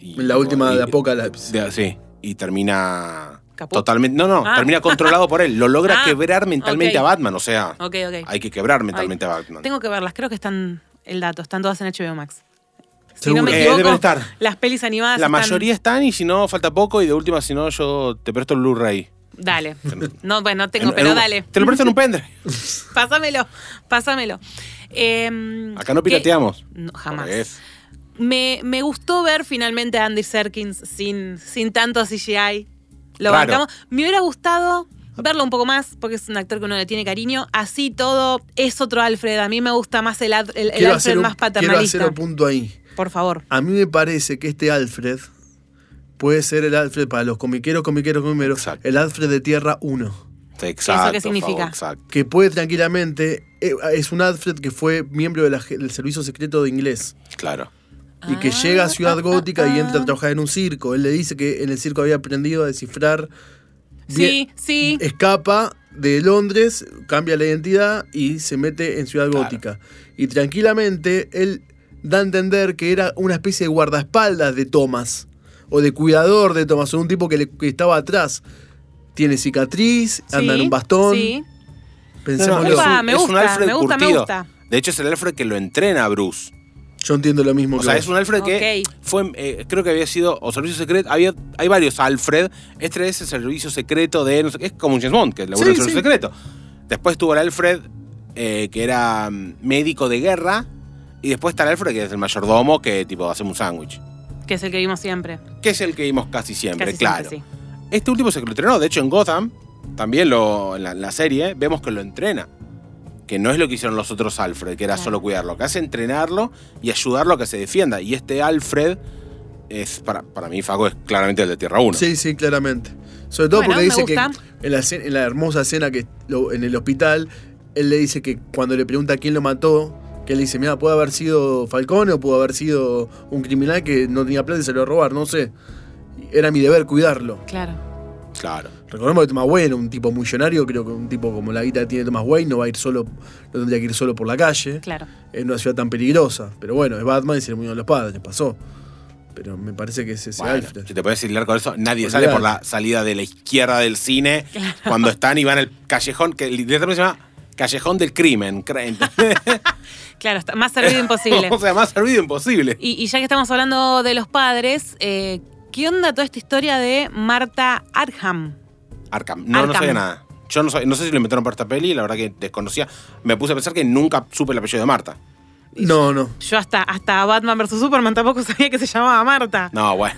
Speaker 5: Y,
Speaker 6: La última
Speaker 5: y-
Speaker 6: de Apocalypse.
Speaker 5: de- sí, y termina
Speaker 1: Caput.
Speaker 5: totalmente... No, no,
Speaker 1: Ah.
Speaker 5: termina controlado por él. Lo logra
Speaker 1: Ah,
Speaker 5: quebrar mentalmente
Speaker 1: ok.
Speaker 5: a Batman, o sea...
Speaker 1: Ok, ok.
Speaker 5: Hay que quebrar mentalmente a Batman.
Speaker 1: Tengo que verlas, creo que están el dato, están todas en HBO Max. Si
Speaker 6: Seguro.
Speaker 1: no me
Speaker 5: Eh,
Speaker 1: equivoco,
Speaker 5: deben estar.
Speaker 1: las pelis animadas.
Speaker 5: La
Speaker 1: están-
Speaker 5: mayoría están y si no, falta poco y de última, si no, yo te presto el Blu-ray.
Speaker 1: Dale. No, bueno, no tengo,
Speaker 5: Em, En- en
Speaker 1: pero
Speaker 5: un-
Speaker 1: dale.
Speaker 5: Te lo presto en un pendrive.
Speaker 1: Pásamelo, pásamelo. Eh,
Speaker 5: Acá no
Speaker 1: ¿qué-
Speaker 5: pirateamos.
Speaker 1: No, jamás.
Speaker 5: Por eso.
Speaker 1: Me, me gustó ver finalmente a Andy Serkins sin, sin tanto CGI. Lo
Speaker 5: Raro.
Speaker 1: bancamos. Me hubiera gustado verlo un poco más, porque es un actor que uno le tiene cariño. Así todo es otro Alfred. A mí me gusta más el, ad- el- el
Speaker 6: Quiero
Speaker 1: Alfred
Speaker 6: hacer un-
Speaker 1: más
Speaker 6: quiero hacer
Speaker 1: paternalista.
Speaker 6: un punto ahí.
Speaker 1: Por favor.
Speaker 6: A mí me parece que este Alfred puede ser el Alfred para los comiqueros, comiqueros, comiqueros,
Speaker 5: Exacto.
Speaker 6: el Alfred de Tierra 1.
Speaker 5: Exacto.
Speaker 1: qué significa?
Speaker 5: Fabo, exacto.
Speaker 6: Que puede tranquilamente. eh, Es un Alfred que fue miembro de la ge- del Servicio Secreto de Inglés.
Speaker 5: Claro.
Speaker 6: y que
Speaker 1: Ah,
Speaker 6: llega a Ciudad
Speaker 1: ah,
Speaker 6: Gótica
Speaker 1: ah,
Speaker 6: y entra
Speaker 1: ah.
Speaker 6: a trabajar en un circo. Él le dice que en el circo había aprendido a descifrar.
Speaker 1: Sí,
Speaker 6: Bien- eh,
Speaker 1: sí.
Speaker 6: Escapa de Londres, cambia la identidad y se mete en Ciudad
Speaker 5: Claro.
Speaker 6: Gótica. Y tranquilamente él da a entender que era una especie de guardaespaldas de Thomas o de cuidador de Thomas, o un tipo que, le- que estaba atrás. Tiene cicatriz, anda en
Speaker 1: sí,
Speaker 6: un bastón.
Speaker 1: Sí.
Speaker 5: No, no,
Speaker 6: Pensémoslo.
Speaker 5: es
Speaker 1: Upa,
Speaker 5: un-
Speaker 1: me
Speaker 5: es un
Speaker 1: gusta,
Speaker 5: Alfred
Speaker 1: me gusta, me
Speaker 5: curtido.
Speaker 1: gusta.
Speaker 5: De hecho, es el Alfred que lo entrena a Bruce.
Speaker 6: Yo entiendo lo mismo
Speaker 5: O
Speaker 6: que
Speaker 5: sea,
Speaker 6: vos.
Speaker 5: es un Alfred que
Speaker 1: Ok.
Speaker 5: fue, eh, creo que había sido, o Servicio Secreto, había, hay varios Alfred. Este es el Servicio Secreto de, no sé qué, es como un James Bond, que es el
Speaker 6: Sí,
Speaker 5: Servicio
Speaker 6: sí.
Speaker 5: Secreto. Después tuvo el Alfred, eh, que era mm, médico de guerra, y después está el Alfred, que es el mayordomo, que tipo, hacemos un sándwich.
Speaker 1: Que es el que vimos siempre.
Speaker 5: Que es el que vimos casi siempre,
Speaker 1: Casi
Speaker 5: claro.
Speaker 1: siempre,
Speaker 5: Este último se lo entrenó, de hecho en Gotham, también lo, en, la, en la serie, vemos que lo entrena. Que no es lo que hicieron los otros Alfred, que era
Speaker 1: Claro.
Speaker 5: solo cuidarlo. Que hace entrenarlo y ayudarlo a que se defienda. Y este Alfred es, para, para mí, Fago, es claramente el de Tierra 1.
Speaker 6: Sí, sí, claramente. Sobre todo
Speaker 1: Bueno,
Speaker 6: porque
Speaker 1: me
Speaker 6: dice que
Speaker 1: gusta.
Speaker 6: en la, ce- en la hermosa escena que lo- en el hospital, él le dice que cuando le pregunta quién lo mató, que él dice, mira, puede haber sido Falcone o pudo haber sido un criminal que no tenía plata y se lo iba a robar, no sé. Era mi deber cuidarlo.
Speaker 1: Claro.
Speaker 5: Claro.
Speaker 6: Recordemos que Thomas Wayne era un tipo millonario, creo que un tipo como la guita que tiene Thomas Wayne no va a ir solo, no tendría que ir solo por la calle
Speaker 1: Claro.
Speaker 6: en una ciudad tan peligrosa. Pero bueno, es Batman y se le murió a los padres, pasó. Pero me parece que es ese
Speaker 5: Bueno,
Speaker 6: Alfred.
Speaker 5: si te puedes hilar con eso, nadie sale por
Speaker 6: Olvidate.
Speaker 5: la salida de la izquierda del cine cuando están y van al callejón, que literalmente se llama Callejón del Crimen. creen.
Speaker 1: Claro, está más servido imposible.
Speaker 5: o sea, más servido imposible.
Speaker 1: Y, y ya que estamos hablando de los padres, eh, ¿qué onda toda esta historia de Marta Arkham?
Speaker 5: Arkham. No, no
Speaker 1: Arkham.
Speaker 5: sabía nada. Yo no, sabía- no sé si lo inventaron para esta peli, la verdad que desconocía. Me puse a pensar que nunca supe el apellido de Marta.
Speaker 6: No, no.
Speaker 1: Yo hasta, hasta Batman vs. Superman tampoco sabía que se llamaba Marta.
Speaker 5: No, bueno.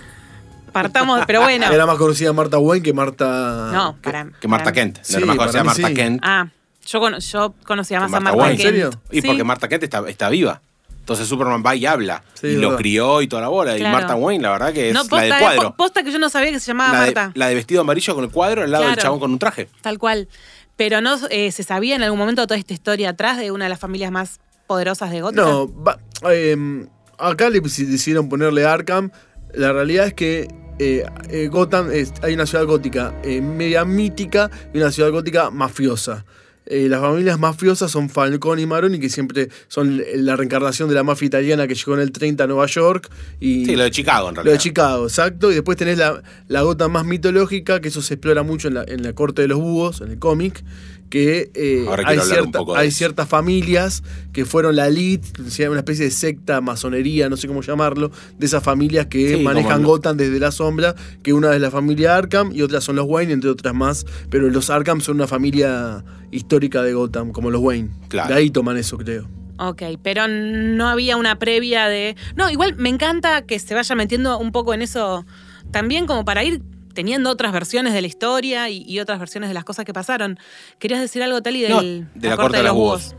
Speaker 1: Partamos, pero bueno.
Speaker 6: Era más conocida Marta Wayne que Marta.
Speaker 1: no,
Speaker 6: que-
Speaker 1: para.
Speaker 5: Que Marta
Speaker 1: para-
Speaker 5: Kent.
Speaker 6: Sí,
Speaker 5: la hermana
Speaker 6: para
Speaker 5: conocida
Speaker 6: mí
Speaker 5: Marta
Speaker 6: sí.
Speaker 5: Kent.
Speaker 1: Ah, yo, cono- yo conocía
Speaker 5: que
Speaker 1: más a Marta
Speaker 5: Wayne.
Speaker 1: Kent.
Speaker 6: ¿En serio?
Speaker 5: Y
Speaker 1: Sí.
Speaker 5: porque Marta Kent está, está viva. Entonces Superman va y habla.
Speaker 6: Sí,
Speaker 5: y
Speaker 6: es
Speaker 5: lo
Speaker 6: verdad.
Speaker 5: crió y toda la bola. Y
Speaker 1: Claro.
Speaker 5: Marta Wayne, la verdad que es
Speaker 1: No,
Speaker 5: la
Speaker 1: posta,
Speaker 5: del
Speaker 1: eh,
Speaker 5: cuadro.
Speaker 1: po- posta que yo no sabía que se llamaba
Speaker 5: la,
Speaker 1: Marta.
Speaker 5: de, la de vestido amarillo con el cuadro al lado del
Speaker 1: Claro.
Speaker 5: chabón con un traje.
Speaker 1: Tal cual. Pero no eh, se sabía en algún momento toda esta historia atrás de una de las familias más poderosas de Gotham.
Speaker 6: No, va- em, acá le si- decidieron ponerle Arkham. La realidad es que eh, eh, Gotham es- hay una ciudad gótica eh, media mítica y una ciudad gótica mafiosa. Eh, las familias mafiosas son Falcone y Maroni, que siempre son la reencarnación de la mafia italiana que llegó en el 30 a Nueva York. Y
Speaker 5: Sí, lo de Chicago en realidad.
Speaker 6: Lo de Chicago, exacto. Y después tenés la, la gota más mitológica, que eso se explora mucho en la, en la corte de los búhos, en el cómic, que eh,
Speaker 5: Ahora quiero
Speaker 6: hay,
Speaker 5: hablar un
Speaker 6: cierta-
Speaker 5: poco de
Speaker 6: hay
Speaker 5: eso.
Speaker 6: ciertas familias que fueron la elite, sea una especie de secta, masonería, no sé cómo llamarlo, de esas familias que
Speaker 5: Sí,
Speaker 6: manejan
Speaker 5: como-
Speaker 6: Gotham desde la sombra, que una es la familia Arkham y otras son los Wayne, entre otras más. Pero los Arkham son una familia histórica de Gotham, como los Wayne.
Speaker 5: Claro.
Speaker 6: De ahí toman eso, creo.
Speaker 1: Ok, pero no había una previa de. No, igual me encanta que se vaya metiendo un poco en eso también, como para ir teniendo otras versiones de la historia y, y otras versiones de las cosas que pasaron. ¿Querías decir algo, Tali, del,
Speaker 5: No, de la, corte de los búhos.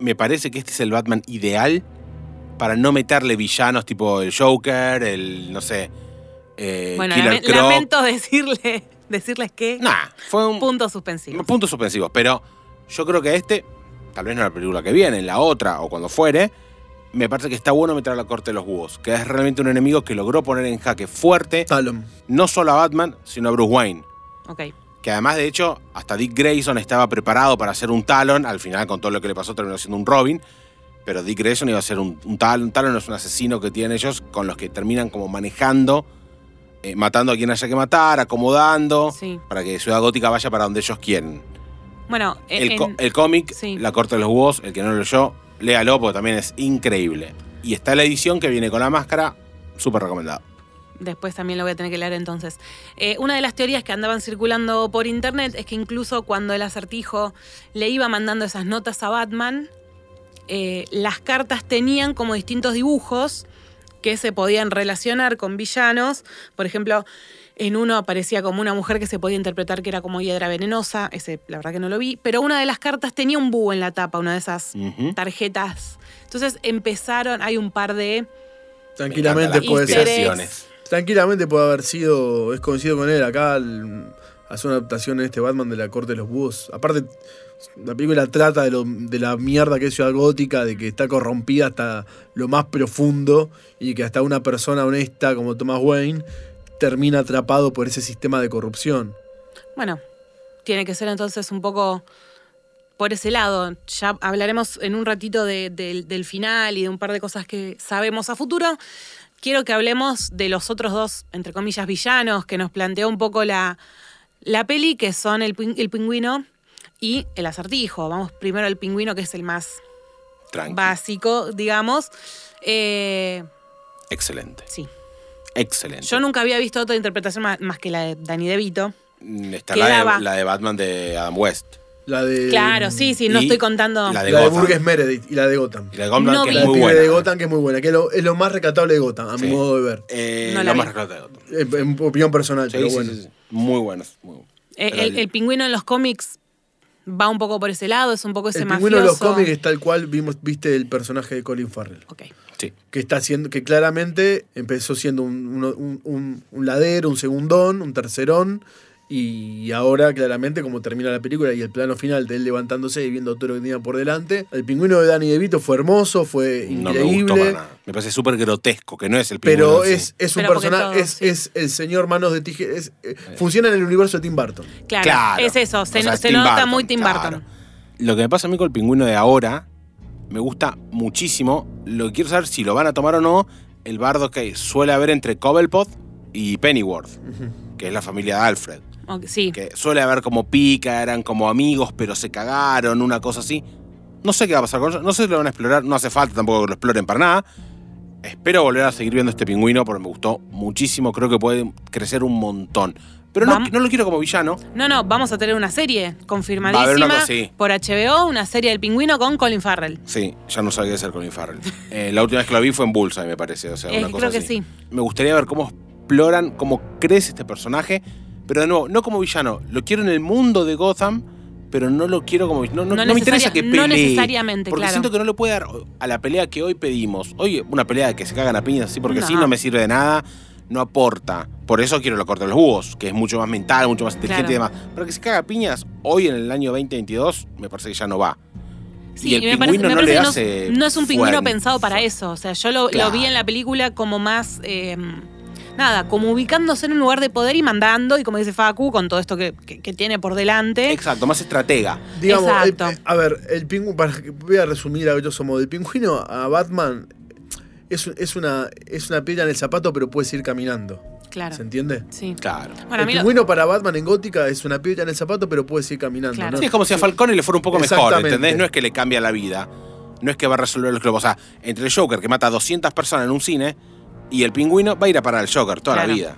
Speaker 5: Me parece que este es el Batman ideal para no meterle villanos tipo el Joker, el, no sé, eh,
Speaker 1: Bueno,
Speaker 5: Killer
Speaker 1: lame-
Speaker 5: Croc.
Speaker 1: lamento decirle, decirles que.
Speaker 5: Nah, fue un
Speaker 1: Puntos suspensivos.
Speaker 5: puntos suspensivos, pero yo creo que este, tal vez no en la película que viene, en la otra o cuando fuere, me parece que está bueno meter a la corte de los búhos, que es realmente un enemigo que logró poner en jaque fuerte
Speaker 6: Talon.
Speaker 5: no solo a Batman, sino a Bruce Wayne.
Speaker 1: Ok.
Speaker 5: Que además, de hecho, hasta Dick Grayson estaba preparado para hacer un Talon. Al final, con todo lo que le pasó, terminó siendo un Robin. Pero Dick Grayson iba a ser un, un Talon. Un Talon es un asesino que tienen ellos con los que terminan como manejando, eh, matando a quien haya que matar, acomodando,
Speaker 1: Sí.
Speaker 5: para que Ciudad Gótica vaya para donde ellos quieren.
Speaker 1: Bueno, en-
Speaker 5: el co-
Speaker 1: Eh, en-
Speaker 5: el cómic,
Speaker 1: sí.
Speaker 5: La Corte de los Búhos, el que no lo leyó, léalo porque también es increíble. Y está la edición que viene con la máscara, súper recomendado.
Speaker 1: Después también lo voy a tener que leer entonces. Eh, una de las teorías que andaban circulando por internet es que incluso cuando el acertijo le iba mandando esas notas a Batman, eh, las cartas tenían como distintos dibujos que se podían relacionar con villanos. Por ejemplo, en uno aparecía como una mujer que se podía interpretar que era como hiedra venenosa. Ese, la verdad que no lo vi. Pero una de las cartas tenía un búho en la tapa, una de esas
Speaker 5: Ujú.
Speaker 1: tarjetas. Entonces empezaron, hay un par de
Speaker 6: Tranquilamente
Speaker 5: Me encantan las
Speaker 6: puede ser.
Speaker 1: Easter eggs.
Speaker 5: conspiraciones.
Speaker 6: Tranquilamente puede haber sido, es coincido con él, acá el- hace una adaptación en este Batman de la corte de los búhos. Aparte, la película trata de, lo- de la mierda que es Ciudad Gótica, de que está corrompida hasta lo más profundo y que hasta una persona honesta como Thomas Wayne termina atrapado por ese sistema de corrupción.
Speaker 1: Bueno, tiene que ser entonces un poco por ese lado. Ya hablaremos en un ratito de- del- del final y de un par de cosas que sabemos a futuro. Quiero que hablemos de los otros dos, entre comillas, villanos que nos planteó un poco la, la peli, que son el, pin- el pingüino y el acertijo. Vamos primero al pingüino, que es el más
Speaker 5: Tranqui.
Speaker 1: básico, digamos. Eh,
Speaker 5: Excelente.
Speaker 1: sí.
Speaker 5: Excelente.
Speaker 1: Yo nunca había visto otra interpretación ma- más que la de Danny DeVito.
Speaker 5: Mm, Está
Speaker 1: que
Speaker 5: la
Speaker 1: daba.
Speaker 5: de, la de Batman de Adam West.
Speaker 6: La de.
Speaker 1: Claro, sí, sí, no
Speaker 5: Eh, y
Speaker 1: estoy contando.
Speaker 5: la
Speaker 6: La
Speaker 5: de
Speaker 6: de,
Speaker 5: Gotham.
Speaker 6: Burgess Meredith y la de Gotham.
Speaker 5: Y la de Gotham,
Speaker 1: No
Speaker 5: que
Speaker 1: vi.
Speaker 6: La
Speaker 5: es
Speaker 6: de
Speaker 5: muy
Speaker 6: pibe
Speaker 5: buena.
Speaker 6: de Gotham que es muy buena, que es lo, es lo más rescatable de Gotham, a
Speaker 5: Sí.
Speaker 6: mi modo de ver.
Speaker 5: Eh,
Speaker 1: No la
Speaker 5: la
Speaker 1: vi.
Speaker 5: más rescatada de Gotham.
Speaker 6: En, en opinión personal,
Speaker 5: Sí,
Speaker 6: pero
Speaker 5: sí,
Speaker 6: bueno.
Speaker 5: sí, sí. Muy buenas. muy buenas.
Speaker 1: Eh,
Speaker 5: Pero
Speaker 1: el, el pingüino en los cómics va un poco por ese lado, es un poco ese
Speaker 6: El
Speaker 1: mafioso.
Speaker 6: pingüino de los cómics es tal cual vimos, viste el personaje de Colin Farrell.
Speaker 1: Ok.
Speaker 5: Sí.
Speaker 6: Que está haciendo, que claramente empezó siendo un, uno- un- un- un ladero, un segundón, un tercerón. Y ahora, claramente, como termina la película y el plano final de él levantándose y viendo todo lo que tenía por delante, el pingüino de Danny DeVito fue hermoso, fue
Speaker 5: No me gustó para
Speaker 6: increíble.
Speaker 5: nada. Me parece súper grotesco, que no es el pingüino.
Speaker 6: pero
Speaker 5: en sí.
Speaker 6: es, es un
Speaker 1: Pero porque todo,
Speaker 6: personaje, es,
Speaker 1: sí.
Speaker 6: es el señor manos de tijera. es- eh, funciona en el universo de Tim Burton.
Speaker 1: Claro, es eso, se,
Speaker 5: O sea,
Speaker 1: se
Speaker 5: es Tim
Speaker 1: nota
Speaker 5: Burton,
Speaker 1: muy Tim
Speaker 5: claro.
Speaker 1: Burton.
Speaker 5: Lo que me pasa a mí con el pingüino de ahora, me gusta muchísimo. Lo que quiero saber si lo van a tomar o no, el bardo que suele haber entre Cobblepot y Pennyworth, que es la familia de Alfred.
Speaker 1: Ok, sí,
Speaker 5: Que suele haber como pica, eran como amigos, pero se cagaron, una cosa así. No sé qué va a pasar con eso, no sé si lo van a explorar, no hace falta tampoco que lo exploren para nada. Espero volver a seguir viendo este pingüino porque me gustó muchísimo, creo que puede crecer un montón. Pero no,
Speaker 1: Vam-
Speaker 5: no lo quiero como villano,
Speaker 1: no, no, vamos a tener una serie
Speaker 5: Va a haber
Speaker 1: confirmadísima
Speaker 5: una cosa, sí.
Speaker 1: por HBO, una serie del pingüino con Colin Farrell.
Speaker 5: Sí, ya no sabía qué hacer Colin Farrell. Eh, la última vez que lo vi fue en Bullseye, me parece. O sea,
Speaker 1: Eh,
Speaker 5: una cosa
Speaker 1: creo que
Speaker 5: así.
Speaker 1: sí.
Speaker 5: Me gustaría ver cómo exploran, cómo crece este personaje. Pero de nuevo, no como villano. Lo quiero en el mundo de Gotham, pero no lo quiero como villano. No,
Speaker 1: No
Speaker 5: no me interesa
Speaker 1: necesaria-
Speaker 5: que pelee.
Speaker 1: no necesariamente,
Speaker 5: Porque
Speaker 1: claro.
Speaker 5: siento que no le puede dar a la pelea que hoy pedimos. Hoy una pelea que se cagan a piñas así porque
Speaker 1: No.
Speaker 5: sí no me sirve de nada. No aporta. Por eso quiero lo corte de los búhos, que es mucho más mental, mucho más inteligente
Speaker 1: Claro.
Speaker 5: y demás. Pero que se caga a piñas hoy en el año 2022, me parece que ya no va.
Speaker 1: Sí,
Speaker 5: Y el
Speaker 1: me parece,
Speaker 5: pingüino
Speaker 1: me
Speaker 5: no le
Speaker 1: parece que
Speaker 5: hace
Speaker 1: no, no es un pingüino
Speaker 5: fuerza.
Speaker 1: pensado para eso. O sea, yo lo, lo
Speaker 5: Claro.
Speaker 1: vi en la película como más. eh, nada, como ubicándose en un lugar de poder y mandando, y como dice Facu, con todo esto que, que- que tiene por delante.
Speaker 5: Exacto, más estratega.
Speaker 6: Digamos, el-
Speaker 1: Exacto.
Speaker 6: a ver, el pingüino, para que voy a resumir a grosso somos el pingüino a Batman es, un- es una, es una piedra en el zapato, pero puedes ir caminando.
Speaker 1: Claro.
Speaker 6: ¿Se entiende?
Speaker 1: Sí.
Speaker 5: Claro.
Speaker 1: Bueno, a
Speaker 6: el
Speaker 1: mí lo-
Speaker 6: pingüino para Batman en Gótica es una piedra en el zapato, pero puedes ir caminando.
Speaker 1: Claro.
Speaker 6: ¿no?
Speaker 5: Sí, es como si a Falcone le fuera un poco mejor,
Speaker 6: Exactamente.
Speaker 5: ¿entendés? No es que le cambia la vida. No es que va a resolver los globos. O sea, entre el Joker, que mata a 200 personas en un cine, y el pingüino va a ir a parar al Joker toda
Speaker 1: Claro.
Speaker 5: la vida.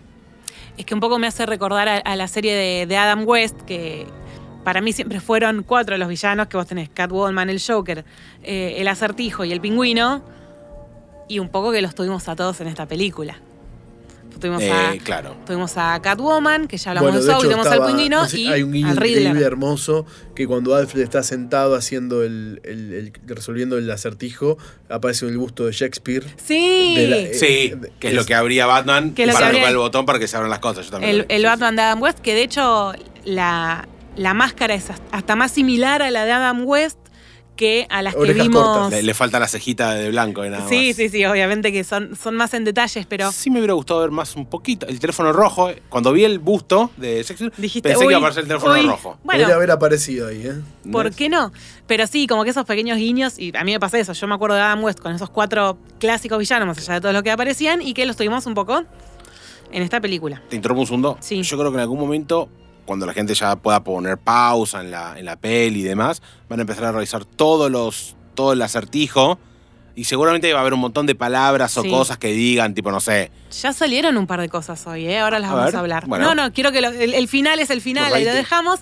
Speaker 1: Es que un poco me hace recordar a, a la serie de, de Adam West, que para mí siempre fueron cuatro los villanos que vos tenés, Catwoman, el Joker, eh, el acertijo y el pingüino, y un poco que los tuvimos a todos en esta película. Tuvimos, a,
Speaker 5: Eh, claro.
Speaker 1: tuvimos a Catwoman, que ya hablamos
Speaker 6: Bueno,
Speaker 1: de
Speaker 6: de
Speaker 1: eso,
Speaker 6: hecho,
Speaker 1: tuvimos
Speaker 6: estaba-
Speaker 1: al pingüino
Speaker 6: no sé,
Speaker 1: y
Speaker 6: hay un guiño
Speaker 1: al
Speaker 6: increíble,
Speaker 1: Riddler.
Speaker 6: hermoso que cuando Alfred está sentado haciendo el, el- el- resolviendo el acertijo aparece el busto de Shakespeare.
Speaker 1: Sí,
Speaker 6: de la- eh,
Speaker 5: Sí,
Speaker 6: de-
Speaker 5: que es lo que abría Batman
Speaker 1: Que es lo que
Speaker 5: para
Speaker 1: abría-
Speaker 5: tocar el botón para que se abran las cosas. Yo también
Speaker 1: el,
Speaker 5: lo vi.
Speaker 1: el
Speaker 5: Sí,
Speaker 1: Batman de Adam West, que de hecho la, la máscara es hasta- hasta más similar a la de Adam West que a las que
Speaker 6: Orejas
Speaker 1: vimos.
Speaker 6: cortas.
Speaker 5: sí. Le, le falta la cejita de blanco y nada
Speaker 1: Sí,
Speaker 5: más.
Speaker 1: sí, sí, obviamente que son, son más en detalles, pero
Speaker 5: Sí me hubiera gustado ver más un poquito. El teléfono rojo, eh, cuando vi el busto de Shakespeare,
Speaker 1: dijiste.
Speaker 5: pensé que
Speaker 1: "Uy,
Speaker 5: iba a aparecer el teléfono
Speaker 1: uy".
Speaker 5: rojo.
Speaker 1: Bueno,
Speaker 6: Podría haber aparecido ahí, ¿eh?
Speaker 1: ¿por qué no? Pero sí, como que esos pequeños guiños, y a mí me pasa eso, yo me acuerdo de Adam West con esos cuatro clásicos villanos, más allá de todos los que aparecían, y que los tuvimos un poco en esta película.
Speaker 5: Te interrumpo un segundo.
Speaker 1: Sí.
Speaker 5: Yo creo que en algún momento, cuando la gente ya pueda poner pausa en la, en la peli y demás, van a empezar a revisar todos los, todo el acertijo. Y seguramente va a haber un montón de palabras o
Speaker 1: Sí.
Speaker 5: cosas que digan, tipo, no sé.
Speaker 1: Ya salieron un par de cosas hoy, ¿eh? ahora las
Speaker 5: A
Speaker 1: vamos
Speaker 5: ver,
Speaker 1: a hablar.
Speaker 5: bueno.
Speaker 1: No, no, quiero que lo- el, el final es el final, ahí lo
Speaker 5: Borraite.
Speaker 1: dejamos.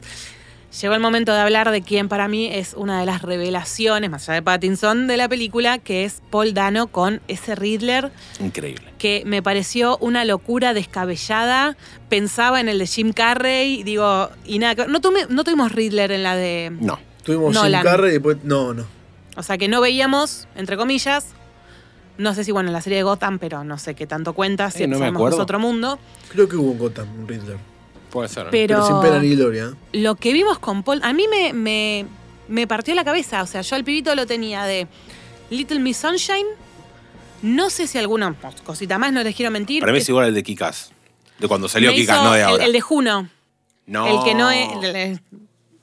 Speaker 1: Llegó el momento de hablar de quien para mí es una de las revelaciones, más allá de Pattinson, de la película, que es Paul Dano con ese Riddler
Speaker 5: Increíble.
Speaker 1: que me pareció una locura descabellada. Pensaba en el de Jim Carrey, digo, y nada, que- no, tuve- no tuvimos Riddler en la de...
Speaker 5: No.
Speaker 6: Tuvimos Jim
Speaker 1: Nolan.
Speaker 6: Carrey y después. No, no.
Speaker 1: O sea, que no veíamos, entre comillas, No sé si, bueno, en la serie de Gotham, pero no sé qué tanto cuenta. Si
Speaker 5: Eh, no me
Speaker 1: sabemos que es
Speaker 5: acuerdo.
Speaker 1: otro mundo.
Speaker 6: Creo que hubo un Gotham, un Riddler.
Speaker 5: Puede ser. ¿no?
Speaker 1: Pero,
Speaker 6: Pero sin pena ni gloria.
Speaker 1: lo que vimos con Paul, a mí me, me, me partió la cabeza. O sea, yo al pibito lo tenía de Little Miss Sunshine. No sé si alguna cosita más, no les quiero mentir.
Speaker 5: Para mí es
Speaker 1: que
Speaker 5: igual al de Kikas. De cuando salió
Speaker 1: me
Speaker 5: Kikas,
Speaker 1: hizo
Speaker 5: no de
Speaker 1: el-
Speaker 5: ahora.
Speaker 1: El, de Juno.
Speaker 5: no.
Speaker 1: El que no es. el- el-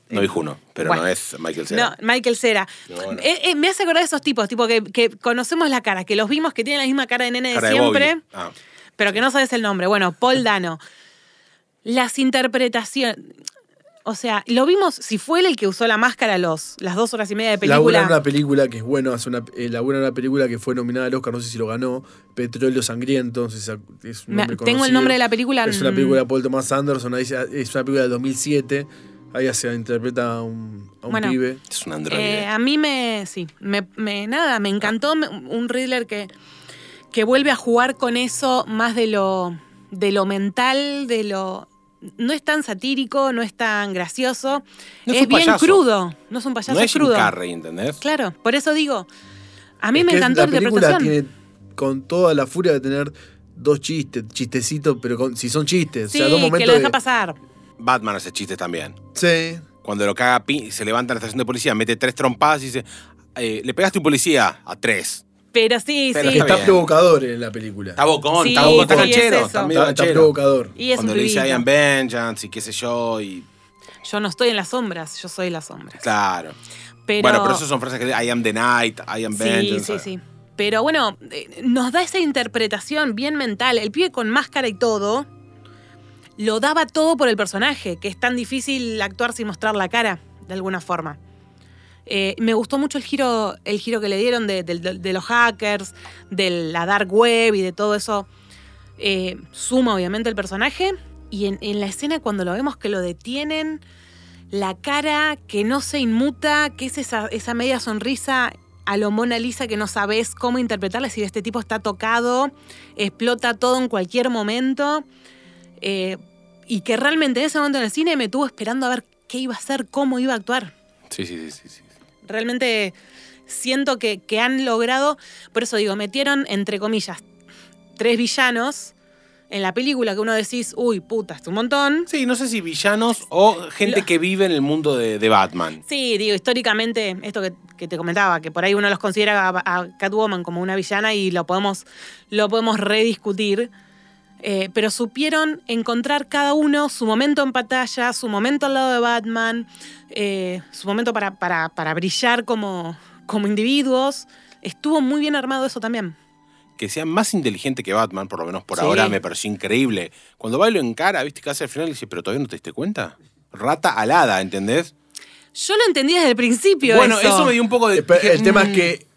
Speaker 5: No vi Juno, pero
Speaker 1: Bueno.
Speaker 5: no es Michael
Speaker 1: no,
Speaker 5: Cera.
Speaker 1: Michael Cera.
Speaker 5: No, no.
Speaker 1: Eh, eh, me hace acordar de esos tipos, tipo que, que conocemos la cara, que los vimos que tienen la misma cara de nene
Speaker 5: Cara
Speaker 1: de
Speaker 5: de Bobby.
Speaker 1: siempre.
Speaker 5: Ah,
Speaker 1: pero que no sabes el nombre. Bueno, Paul Dano. Las interpretaciones. O sea, lo vimos, si fue él el que usó la máscara los, las dos horas y media de película.
Speaker 6: Laburaron una película que es bueno, hace una, eh, laburaron una película que fue nominada al Oscar, no sé si lo ganó, Petróleo Sangriento, no sé si se- es un
Speaker 1: Me-
Speaker 6: nombre
Speaker 1: tengo el
Speaker 6: conocido.
Speaker 1: nombre de la película,
Speaker 6: Es una
Speaker 1: mm.
Speaker 6: película de Paul Thomas Anderson, ahí se- es una película del 2007, ahí se interpreta a un, a un
Speaker 1: Bueno.
Speaker 6: pibe.
Speaker 5: es un androide.
Speaker 1: Eh, a mí me. Sí, me, me- nada, me encantó me- un Riddler que, que vuelve a jugar con eso más de lo, de lo mental, de lo. No es tan satírico, no es tan gracioso.
Speaker 5: No es
Speaker 1: es
Speaker 5: un
Speaker 1: bien
Speaker 5: payaso.
Speaker 1: crudo. No es un payaso,
Speaker 5: no es Jim
Speaker 1: crudo.
Speaker 5: Carrey, ¿entendés?
Speaker 1: Claro, por eso digo. A mí
Speaker 6: Es
Speaker 1: me
Speaker 6: que
Speaker 1: encantó
Speaker 6: la película
Speaker 1: interpretación.
Speaker 6: tiene con toda la furia de tener dos chistes, chistecitos, pero con- si son chistes,
Speaker 1: Sí,
Speaker 6: o sea, dos
Speaker 1: que
Speaker 6: momentos
Speaker 1: lo deja
Speaker 6: de-
Speaker 1: pasar.
Speaker 5: Batman hace chistes también.
Speaker 6: Sí.
Speaker 5: Cuando lo caga, Pi- se levanta en la estación de policía, mete tres trompadas y dice: eh, Le pegaste a un policía a tres.
Speaker 1: Pero sí,
Speaker 5: Pero
Speaker 1: sí.
Speaker 5: Está
Speaker 6: Está
Speaker 5: bien.
Speaker 6: provocador en la película.
Speaker 5: Está bocón,
Speaker 1: Sí,
Speaker 5: está bocón, está
Speaker 1: sí, es
Speaker 5: canchero.
Speaker 1: eso.
Speaker 5: está medio
Speaker 6: Está- está
Speaker 5: canchero.
Speaker 6: provocador.
Speaker 1: Y es un
Speaker 5: Cuando le dice I
Speaker 1: pibito.
Speaker 5: am vengeance y qué sé yo. Y,
Speaker 1: Yo no estoy en las sombras, yo soy las sombras.
Speaker 5: claro.
Speaker 1: Pero,
Speaker 5: Bueno, pero eso son frases que I am the night, I am
Speaker 1: Sí,
Speaker 5: vengeance.
Speaker 1: sí, sí. Pero bueno, eh, nos da esa interpretación bien mental. El pibe con máscara y todo lo daba todo por el personaje, que es tan difícil actuar sin mostrar la cara, de alguna forma. Eh, me gustó mucho el giro, el giro que le dieron de, del- del- de los hackers, de la dark web y de todo eso. Eh, suma obviamente el personaje. Y en, en la escena cuando lo vemos que lo detienen, la cara que no se inmuta, que es esa, esa media sonrisa a lo Mona Lisa que no sabes cómo interpretarla, si este tipo está tocado, explota todo en cualquier momento. Eh, y que realmente en ese momento en el cine me tuvo esperando a ver qué iba a hacer, cómo iba a actuar.
Speaker 5: Sí, sí, sí, sí, sí.
Speaker 1: Realmente siento que, que han logrado, por eso digo, metieron entre comillas tres villanos en la película que uno decís, uy, puta, es un montón.
Speaker 5: Sí, no sé si villanos o gente
Speaker 1: Lo-
Speaker 5: que vive en el mundo de, de Batman.
Speaker 1: Sí, digo, históricamente, esto que, que te comentaba, que por ahí uno los considera a, a Catwoman como una villana y lo podemos, lo podemos rediscutir. Eh, pero supieron encontrar cada uno su momento en pantalla, su momento al lado de Batman, eh, su momento para, para- para brillar como, como individuos. Estuvo muy bien armado eso también.
Speaker 5: que sea más inteligente que Batman, por lo menos por
Speaker 1: Sí.
Speaker 5: ahora, me pareció increíble. Cuando bailo en cara, viste que hace al final y dice, pero todavía no te diste cuenta. Rata alada, ¿entendés?
Speaker 1: Yo lo entendí desde el principio.
Speaker 5: Bueno, eso. me dio un poco de.
Speaker 6: Eh, pero
Speaker 5: dije,
Speaker 6: el tema
Speaker 5: mm,
Speaker 6: es que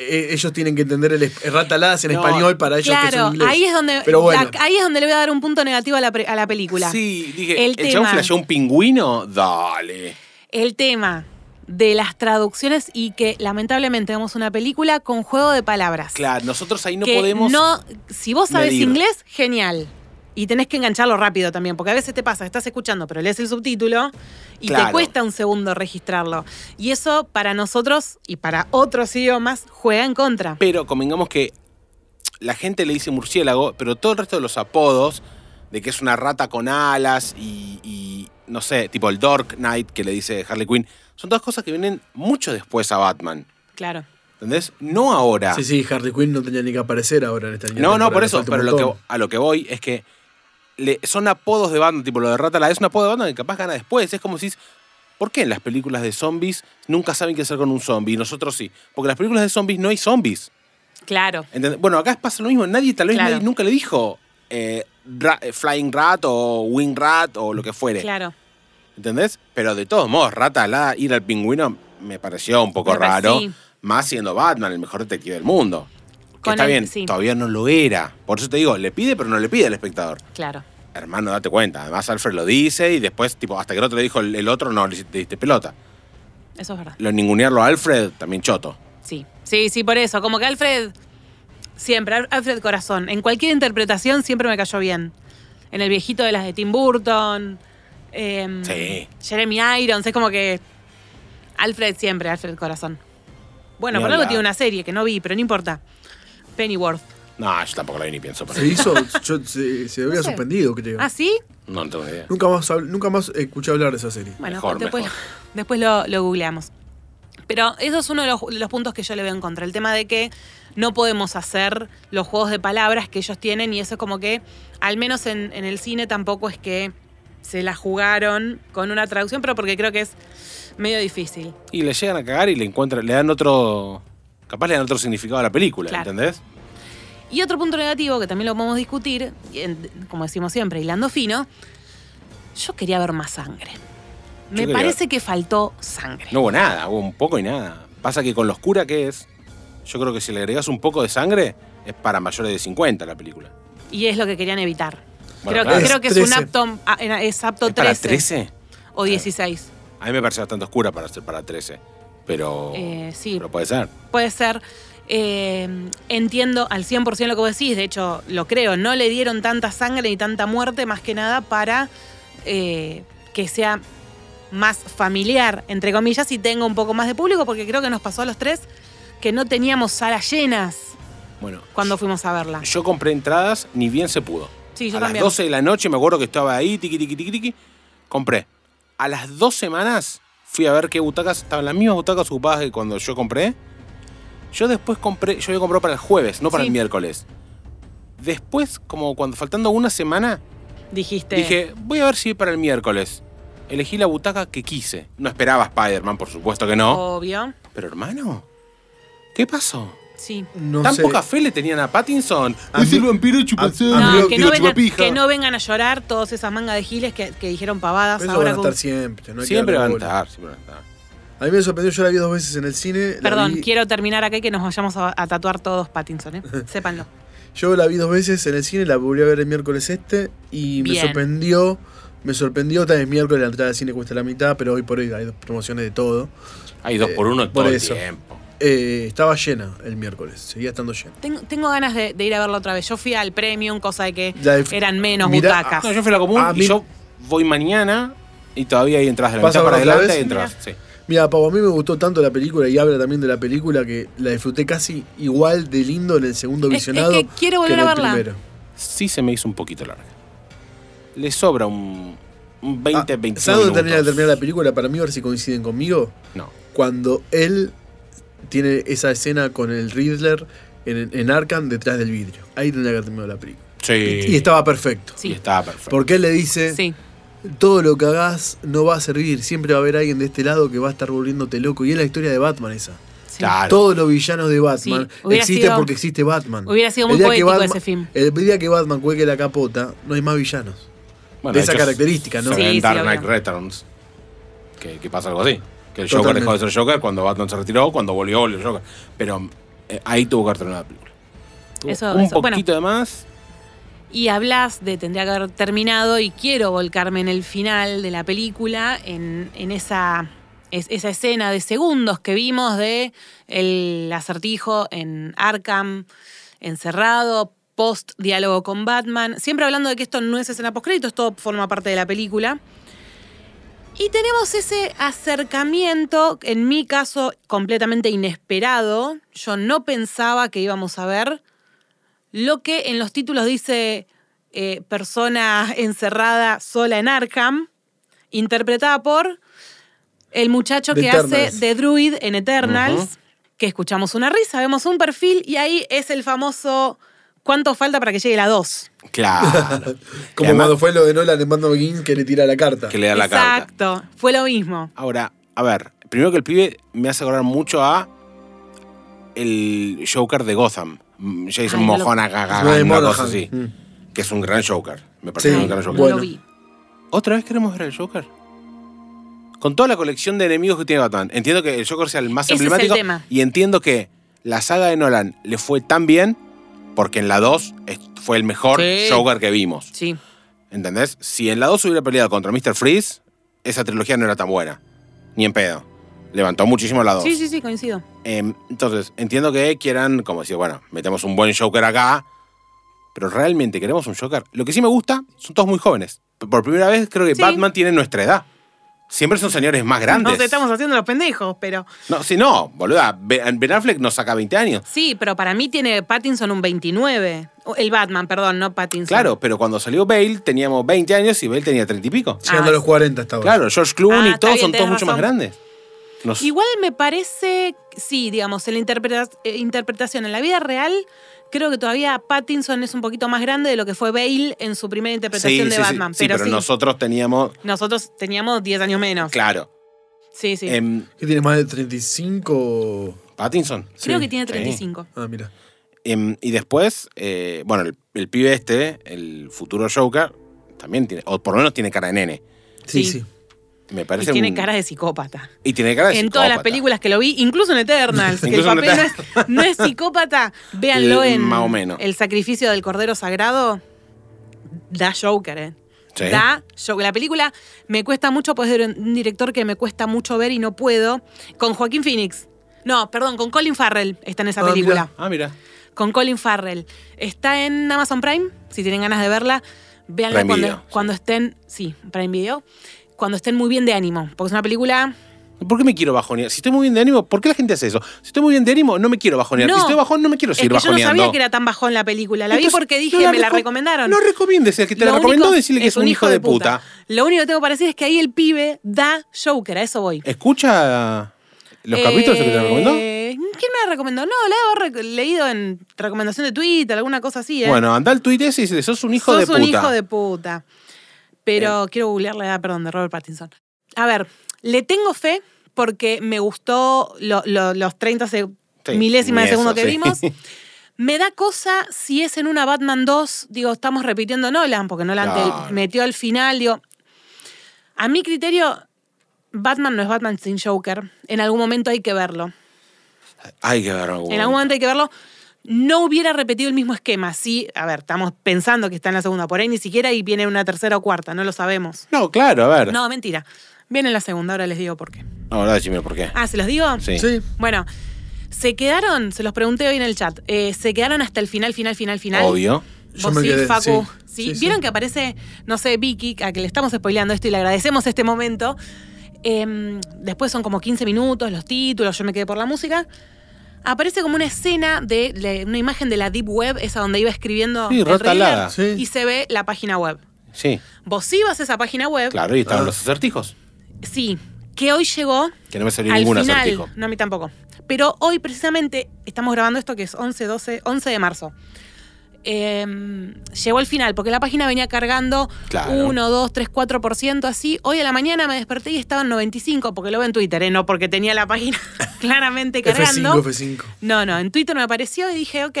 Speaker 6: eh, ellos tienen que entender el es- rataladas en
Speaker 5: No,
Speaker 6: español para ellos que son
Speaker 1: Claro,
Speaker 6: inglés.
Speaker 1: ahí es, donde,
Speaker 6: Pero bueno,
Speaker 1: ahí es donde le voy a dar un punto negativo a la, pre- a la película.
Speaker 5: Sí, dije,
Speaker 1: El
Speaker 5: ¿el, chabón
Speaker 1: tema.
Speaker 5: flasheó un pingüino? Dale.
Speaker 1: el tema de las traducciones y que lamentablemente vemos una película con juego de palabras.
Speaker 5: Claro, nosotros ahí no
Speaker 1: Que
Speaker 5: podemos.
Speaker 1: no- si vos sabes
Speaker 5: medir.
Speaker 1: inglés, genial. Y tenés que engancharlo rápido también, porque a veces te pasa, estás escuchando, pero lees el subtítulo y te
Speaker 5: Claro.
Speaker 1: cuesta un segundo registrarlo. Y eso para nosotros y para otros idiomas juega en contra.
Speaker 5: Pero convengamos que la gente le dice murciélago, pero todo el resto de los apodos, de que es una rata con alas y, y, no sé, tipo el Dark Knight que le dice Harley Quinn, son todas cosas que vienen mucho después a Batman.
Speaker 1: Claro.
Speaker 5: ¿Entendés? No ahora.
Speaker 6: sí, sí, Harley Quinn no tenía ni que aparecer ahora en esta línea.
Speaker 5: no, no, por
Speaker 6: temporal,
Speaker 5: eso.
Speaker 6: falta un
Speaker 5: Pero lo que,
Speaker 6: montón.
Speaker 5: a lo que voy es que le- son apodos de banda, tipo lo de Rata la es un apodo de banda que capaz gana después. Es como si. es- ¿Por qué en las películas de zombies nunca saben qué hacer con un zombie? Y nosotros sí. Porque en las películas de zombies no hay zombies.
Speaker 1: Claro.
Speaker 5: ¿entendés? Bueno, acá pasa lo mismo. Nadie, tal vez
Speaker 1: Claro.
Speaker 5: nadie nunca le dijo eh, ra- eh, Flying Rat o Wing Rat o lo que fuere.
Speaker 1: Claro.
Speaker 5: ¿Entendés? Pero de todos modos, Rata Alada ir al pingüino me pareció un poco
Speaker 1: Me pare-
Speaker 5: raro.
Speaker 1: sí.
Speaker 5: Más siendo Batman, el mejor detective del mundo. Que
Speaker 1: Con
Speaker 5: está
Speaker 1: el-
Speaker 5: bien,
Speaker 1: sí.
Speaker 5: todavía no lo era. Por eso te digo, le pide, pero no le pide al espectador.
Speaker 1: Claro.
Speaker 5: Hermano, date cuenta. Además, Alfred lo dice y después, tipo, hasta que el otro le dijo el, el otro, no le hiciste- te diste pelota.
Speaker 1: Eso es verdad.
Speaker 5: Lo ningunearlo a Alfred, también choto.
Speaker 1: Sí, sí, sí, por eso. Como que Alfred, siempre, Al- Alfred Corazón, en cualquier interpretación siempre me cayó bien. En el viejito de las de Tim Burton, em,
Speaker 5: Sí.
Speaker 1: Jeremy Irons, es como que Alfred siempre, Alfred Corazón. Bueno,
Speaker 5: Ni
Speaker 1: por algo
Speaker 5: hablar.
Speaker 1: tiene una serie que no vi, pero no importa. Pennyworth.
Speaker 5: No, yo tampoco la vi ni pienso. pero-
Speaker 6: Se hizo, yo- se, se había
Speaker 1: sé.
Speaker 6: suspendido, creo.
Speaker 1: ¿Ah, sí?
Speaker 5: No, no tengo idea.
Speaker 6: Nunca más, hab- nunca más escuché hablar de esa serie.
Speaker 1: Bueno,
Speaker 5: Mejor,
Speaker 1: después,
Speaker 5: mejor.
Speaker 1: lo- después lo, lo googleamos. Pero eso es uno de los, de los puntos que yo le veo en contra. El tema de que no podemos hacer los juegos de palabras que ellos tienen y eso es como que, al menos en, en el cine, tampoco es que se la jugaron con una traducción, pero porque creo que es medio difícil.
Speaker 5: Y le llegan a cagar y le encuentran, le dan otro. Capaz le dan otro significado a la película,
Speaker 1: Claro.
Speaker 5: ¿entendés?
Speaker 1: Y otro punto negativo que también lo podemos discutir, y en- como decimos siempre, hilando fino, yo quería ver más sangre. Me
Speaker 5: quería-
Speaker 1: parece que faltó sangre.
Speaker 5: No hubo nada, hubo un poco y nada. Pasa que con lo oscura que es, yo creo que si le agregas un poco de sangre, es para mayores de 50 la película.
Speaker 1: Y es lo que querían evitar.
Speaker 5: Bueno,
Speaker 1: creo,
Speaker 5: claro.
Speaker 1: que, creo que es, un
Speaker 6: 13.
Speaker 1: apto, a- en- es apto
Speaker 5: ¿Es para
Speaker 1: 13,
Speaker 5: 13?
Speaker 1: o 16.
Speaker 5: A mí me parece bastante oscura para ser para 13. Pero.
Speaker 1: Eh, sí.
Speaker 5: Pero puede ser.
Speaker 1: Puede ser. eh, entiendo al 100% lo que vos decís, de hecho lo creo, no le dieron tanta sangre ni tanta muerte más que nada para eh, que sea más familiar, entre comillas, y tenga un poco más de público, porque creo que nos pasó a los tres que no teníamos salas llenas
Speaker 5: Bueno,
Speaker 1: cuando fuimos a verla.
Speaker 5: Ah. yo compré entradas, ni bien se pudo.
Speaker 1: Sí, yo
Speaker 5: a
Speaker 1: también.
Speaker 5: las 12 de la noche, me acuerdo que estaba ahí, tiqui, tiqui, tiqui, tiqui. Compré. A las dos semanas fui a ver qué butacas, estaban las mismas butacas ocupadas que cuando yo compré. Yo después compré, yo había comprado para el jueves, no para
Speaker 1: Sí.
Speaker 5: el miércoles. Después, como cuando faltando una semana,
Speaker 1: Dijiste.
Speaker 5: dije, voy a ver si para el miércoles. Elegí la butaca que quise. No esperaba Spider-Man, por supuesto que
Speaker 1: Oh.
Speaker 5: no.
Speaker 1: Obvio.
Speaker 5: Pero hermano, ¿qué pasó?
Speaker 1: Sí.
Speaker 6: No
Speaker 5: ¿Tan
Speaker 6: sé. Ah,
Speaker 5: poca fe le tenían a Pattinson?
Speaker 6: A mí-
Speaker 5: vampiro
Speaker 6: a mí
Speaker 1: No,
Speaker 6: lo-
Speaker 1: que,
Speaker 6: digo,
Speaker 1: no vengan,
Speaker 6: chupapija.
Speaker 1: que no vengan a llorar todas esas mangas de giles que, que dijeron pavadas
Speaker 6: Pero eso van
Speaker 1: ahora
Speaker 6: a
Speaker 1: con-
Speaker 6: estar siempre. no hay que
Speaker 5: Siempre van a
Speaker 6: darle bola.
Speaker 5: estar, siempre van a estar.
Speaker 6: A mí me sorprendió, yo la vi dos veces en el cine. la
Speaker 1: Perdón,
Speaker 6: vi-
Speaker 1: quiero terminar acá y que nos vayamos a, a tatuar todos Pattinson, ¿eh? Sépanlo.
Speaker 6: Yo la vi dos veces en el cine, la volví a ver el miércoles este y me
Speaker 1: Bien.
Speaker 6: sorprendió. Me sorprendió, tal vez miércoles la entrada al cine cuesta la mitad, pero hoy por hoy hay promociones de todo.
Speaker 5: Hay dos por uno
Speaker 6: Eh, por
Speaker 5: todo
Speaker 6: eso.
Speaker 5: el tiempo.
Speaker 6: Eh, estaba llena el miércoles, seguía estando llena.
Speaker 1: Tengo, tengo ganas de, de ir a verlo otra vez. Yo fui al premium, cosa de que
Speaker 6: La def-
Speaker 1: eran menos
Speaker 6: Mirá,
Speaker 1: butacas.
Speaker 5: Ah. No, yo fui a la común
Speaker 6: A
Speaker 5: y
Speaker 6: mí-
Speaker 5: yo voy mañana y todavía hay entradas de la
Speaker 6: ¿Vas a
Speaker 5: mitad para
Speaker 6: ver otra
Speaker 5: adelante
Speaker 6: vez?
Speaker 5: y entradas. Sí.
Speaker 6: Mira, Pau, a mí me gustó tanto la película y habla también de la película que la disfruté casi igual de lindo en el segundo
Speaker 1: Es- es
Speaker 6: visionado.
Speaker 1: que quiero volver
Speaker 6: en
Speaker 1: a
Speaker 6: el
Speaker 1: verla.
Speaker 6: primero.
Speaker 5: Sí se me hizo un poquito larga. Le sobra un, un
Speaker 6: Ah,
Speaker 5: 20, 25
Speaker 6: ¿Sabes dónde termina
Speaker 5: minutos.
Speaker 6: de terminar la película? Para mí, a ver si coinciden conmigo.
Speaker 5: No.
Speaker 6: Cuando él tiene esa escena con el Riddler en, en Arkham detrás del vidrio. Ahí tendría que haber terminado la película.
Speaker 5: Sí.
Speaker 6: Y estaba perfecto.
Speaker 5: Y
Speaker 1: Sí,
Speaker 5: estaba perfecto.
Speaker 6: Porque él le dice,
Speaker 1: sí.
Speaker 6: todo lo que hagas no va a servir, siempre va a haber alguien de este lado que va a estar volviéndote loco. Y es la historia de Batman esa.
Speaker 1: sí.
Speaker 5: Claro.
Speaker 6: Todos los villanos de Batman
Speaker 1: Sí, hubiera
Speaker 6: existen
Speaker 1: sido-
Speaker 6: porque existe Batman.
Speaker 1: hubiera sido
Speaker 6: El
Speaker 1: muy
Speaker 6: día que
Speaker 1: poético
Speaker 6: Batman-
Speaker 1: ese film.
Speaker 6: El día que Batman cuelgue la capota, no hay más villanos.
Speaker 5: Bueno,
Speaker 6: de
Speaker 5: de
Speaker 6: esa
Speaker 5: hecho,
Speaker 6: característica, ¿no?
Speaker 5: Se ve
Speaker 1: Sí,
Speaker 5: en
Speaker 1: sí,
Speaker 5: Dark
Speaker 1: obvio.
Speaker 5: Knight Returns. Que, que pasa algo así. Que el Joker
Speaker 6: Totalmente.
Speaker 5: dejó de ser Joker cuando Batman se retiró, cuando volvió, volvió el Joker. Pero eh, ahí tuvo que haber terminado la película. Tuvo
Speaker 1: Eso-
Speaker 5: un
Speaker 1: eso, bueno.
Speaker 5: poquito de más.
Speaker 1: Y hablas de tendría que haber terminado y quiero volcarme en el final de la película, en, en esa, es- esa escena de segundos que vimos de el acertijo en Arkham, encerrado, post diálogo con Batman. Siempre hablando de que esto no es escena post créditos, todo forma parte de la película. Y tenemos ese acercamiento, en mi caso, completamente inesperado. Yo no pensaba que íbamos a ver lo que en los títulos dice eh, persona encerrada sola en Arkham, interpretada por el muchacho
Speaker 6: De
Speaker 1: que
Speaker 6: Eternals.
Speaker 1: hace de Druid en Eternals,
Speaker 5: Ujú.
Speaker 1: que escuchamos una risa, vemos un perfil y ahí es el famoso ¿cuánto falta para que llegue la 2?
Speaker 5: Claro. Y
Speaker 6: Como
Speaker 5: además-
Speaker 6: cuando fue lo de Nolan en Batman Begins que le tira la carta.
Speaker 5: que le da la carta.
Speaker 1: Exacto, fue lo mismo.
Speaker 5: Ahora, a ver, primero que el pibe me hace acordar mucho a el Joker de Gotham, mm, Jason
Speaker 1: Ay, no lo-
Speaker 5: Mojona,
Speaker 6: No de
Speaker 5: una cosa
Speaker 6: Monahan.
Speaker 5: así,
Speaker 6: Mm.
Speaker 5: que es un gran Joker, me parece
Speaker 6: Sí,
Speaker 5: un gran Joker.
Speaker 1: No
Speaker 6: bueno.
Speaker 1: lo vi.
Speaker 5: ¿Otra vez queremos ver al Joker? Con toda la colección de enemigos que tiene Batman, entiendo que el Joker sea el más
Speaker 1: Ese es el
Speaker 5: emblemático
Speaker 1: tema.
Speaker 5: y entiendo que la saga de Nolan le fue tan bien porque en la 2 es- fue el mejor
Speaker 1: Sí.
Speaker 5: Joker que vimos.
Speaker 1: Sí.
Speaker 5: ¿Entendés? Si en la 2 hubiera peleado contra Mr. Freeze, esa trilogía no era tan buena. Ni en pedo. Levantó muchísimo la 2.
Speaker 1: sí, sí, sí, coincido.
Speaker 5: Em, entonces, entiendo que quieran, como decir, bueno, metemos un buen Joker acá, pero realmente queremos un Joker. Lo que sí me gusta, son todos muy jóvenes. P- Por primera vez creo que
Speaker 1: Sí.
Speaker 5: Batman tiene nuestra edad. Siempre son señores más grandes.
Speaker 1: Nos estamos haciendo los pendejos, pero.
Speaker 5: No, si no, boluda. Be- Ben Affleck nos saca 20 años.
Speaker 1: Sí, pero para mí tiene Pattinson un 29. O El Batman, perdón, no Pattinson.
Speaker 5: Claro, pero cuando salió Bale teníamos 20 años y Bale tenía 30 y pico.
Speaker 6: Llegando
Speaker 1: Ah,
Speaker 6: a los 40 hasta ahora.
Speaker 5: Claro, George Clooney
Speaker 1: Ah,
Speaker 5: y todos
Speaker 1: está bien,
Speaker 5: son todos
Speaker 1: tenés
Speaker 5: mucho más
Speaker 1: razón.
Speaker 5: grandes. Nos-
Speaker 1: Igual me parece, sí, digamos, en la interpreta- eh, interpretación, en la vida real, creo que todavía Pattinson es un poquito más grande de lo que fue Bale en su primera interpretación de Batman.
Speaker 5: sí,
Speaker 1: pero, sí,
Speaker 5: nosotros teníamos.
Speaker 1: nosotros teníamos 10 años menos.
Speaker 5: Claro.
Speaker 1: Sí, sí.
Speaker 5: em,
Speaker 6: ¿Qué tiene más de 35?
Speaker 5: Pattinson.
Speaker 1: creo
Speaker 6: sí,
Speaker 1: que tiene
Speaker 5: sí.
Speaker 1: 35.
Speaker 6: Ah, mira.
Speaker 5: Em, y después, eh, bueno, el, el pibe este, el futuro Joker, también tiene, o por lo menos tiene cara de nene.
Speaker 6: Sí,
Speaker 1: Sí.
Speaker 6: sí.
Speaker 5: Me
Speaker 1: Y
Speaker 5: parece
Speaker 1: tiene
Speaker 5: un-
Speaker 1: cara de psicópata.
Speaker 5: Y tiene cara
Speaker 1: En
Speaker 5: de
Speaker 1: todas las
Speaker 5: psicópata.
Speaker 1: películas que lo vi, incluso en Eternals, que el
Speaker 5: Incluso en
Speaker 1: papel no es, no es psicópata, véanlo
Speaker 5: Eh,
Speaker 1: en
Speaker 5: más o menos.
Speaker 1: El sacrificio del Cordero Sagrado. Da Joker, ¿eh?
Speaker 5: Sí.
Speaker 1: Da Joker. La película me cuesta mucho, pues es de un director que me cuesta mucho ver y no puedo. Con Joaquín Phoenix. No, perdón, con Colin Farrell está en esa
Speaker 6: Ah,
Speaker 1: película
Speaker 6: mirá.
Speaker 5: Ah, mira.
Speaker 1: con Colin Farrell. Está en Amazon Prime, si tienen ganas de verla, véanla
Speaker 5: Prime
Speaker 1: cuando,
Speaker 5: Video, sí.
Speaker 1: cuando estén, sí, Prime Video, cuando estén muy bien de ánimo, porque es una película...
Speaker 5: ¿Por qué me quiero bajonear? Si estoy muy bien de ánimo, ¿por qué la gente hace eso? Si estoy muy bien de ánimo, no me quiero bajonear.
Speaker 1: No.
Speaker 5: si estoy bajón, no me quiero
Speaker 1: Es que
Speaker 5: seguir
Speaker 1: yo no
Speaker 5: bajoneando.
Speaker 1: sabía que era tan bajón la película, la vi
Speaker 5: Entonces,
Speaker 1: porque dije,
Speaker 5: no
Speaker 1: me la
Speaker 5: reco-
Speaker 1: recomendaron.
Speaker 5: No recomiendes, el que te
Speaker 1: Lo
Speaker 5: la
Speaker 1: único
Speaker 5: recomendó, decirle que es un hijo, de puta.
Speaker 1: Lo único que tengo para decir es que ahí el pibe da Joker, a eso voy.
Speaker 5: Escucha Eh, los capítulos que te recomendó.
Speaker 1: Eh, ¿Quién me la recomendó? No, la he rec- leído en recomendación de Twitter, alguna cosa así. ¿eh?
Speaker 5: Bueno, anda al tuit ese y dice, sos un hijo
Speaker 1: Sos
Speaker 5: de puta. Eh.
Speaker 1: un hijo de puta. Pero quiero googlear la edad, perdón, de Robert Pattinson. A ver, le tengo fe porque me gustó lo- lo- los 30 se-
Speaker 5: Sí,
Speaker 1: milésimas de
Speaker 5: ni eso,
Speaker 1: segundo que
Speaker 5: sí.
Speaker 1: vimos. Me da cosa si es en una Batman 2, digo, estamos repitiendo Nolan, porque Nolan te
Speaker 5: Claro.
Speaker 1: metió al final, digo. A mi criterio, Batman no es Batman sin Joker. En algún momento hay que verlo.
Speaker 5: Hay que ver algo.
Speaker 1: En algún momento hay que verlo. No hubiera repetido el mismo esquema. Sí, a ver, estamos pensando que está en la segunda, por ahí ni siquiera y viene una tercera o cuarta, no lo sabemos.
Speaker 5: No, claro, a ver.
Speaker 1: No, mentira. Viene la segunda, ahora les digo por qué.
Speaker 5: No, ahora decime por qué.
Speaker 1: Ah, ¿se los digo?
Speaker 5: Sí.
Speaker 6: Sí.
Speaker 1: Bueno, se quedaron, se los pregunté hoy en el chat, eh, se quedaron hasta el final, final, final, final.
Speaker 5: Obvio.
Speaker 6: Yo
Speaker 1: Vos
Speaker 6: me
Speaker 1: sí,
Speaker 6: quedé,
Speaker 1: Facu.
Speaker 6: sí.
Speaker 1: Sí.
Speaker 6: Sí, sí.
Speaker 1: Vieron que aparece, no sé, Vicky, a que le estamos spoileando esto y le agradecemos este momento. Em, después son como 15 minutos, los títulos, yo me quedé por la música. Aparece como una escena de, de una imagen de la Deep Web, esa donde iba escribiendo
Speaker 5: Sí,
Speaker 1: el
Speaker 5: retalada.
Speaker 1: trailer,
Speaker 6: Sí.
Speaker 1: y se ve la página web.
Speaker 5: Sí.
Speaker 1: Vos ibas a esa página web,
Speaker 5: Claro, y estaban
Speaker 6: Ah.
Speaker 5: los acertijos.
Speaker 1: sí, que hoy llegó
Speaker 5: Que no me salió
Speaker 1: al
Speaker 5: ningún
Speaker 1: final.
Speaker 5: acertijo.
Speaker 1: No, a mí tampoco. Pero hoy precisamente estamos grabando esto que es 11, 12, 11 de marzo. Eh, llegó al final, porque la página venía cargando
Speaker 5: Claro.
Speaker 1: 1, 2, 3, 4%, así. Hoy a la mañana me desperté y estaba en 95, porque lo veo en Twitter, ¿eh? no porque tenía la página claramente cargando.
Speaker 6: F5, F5.
Speaker 1: No, no, en Twitter me apareció y dije, ok.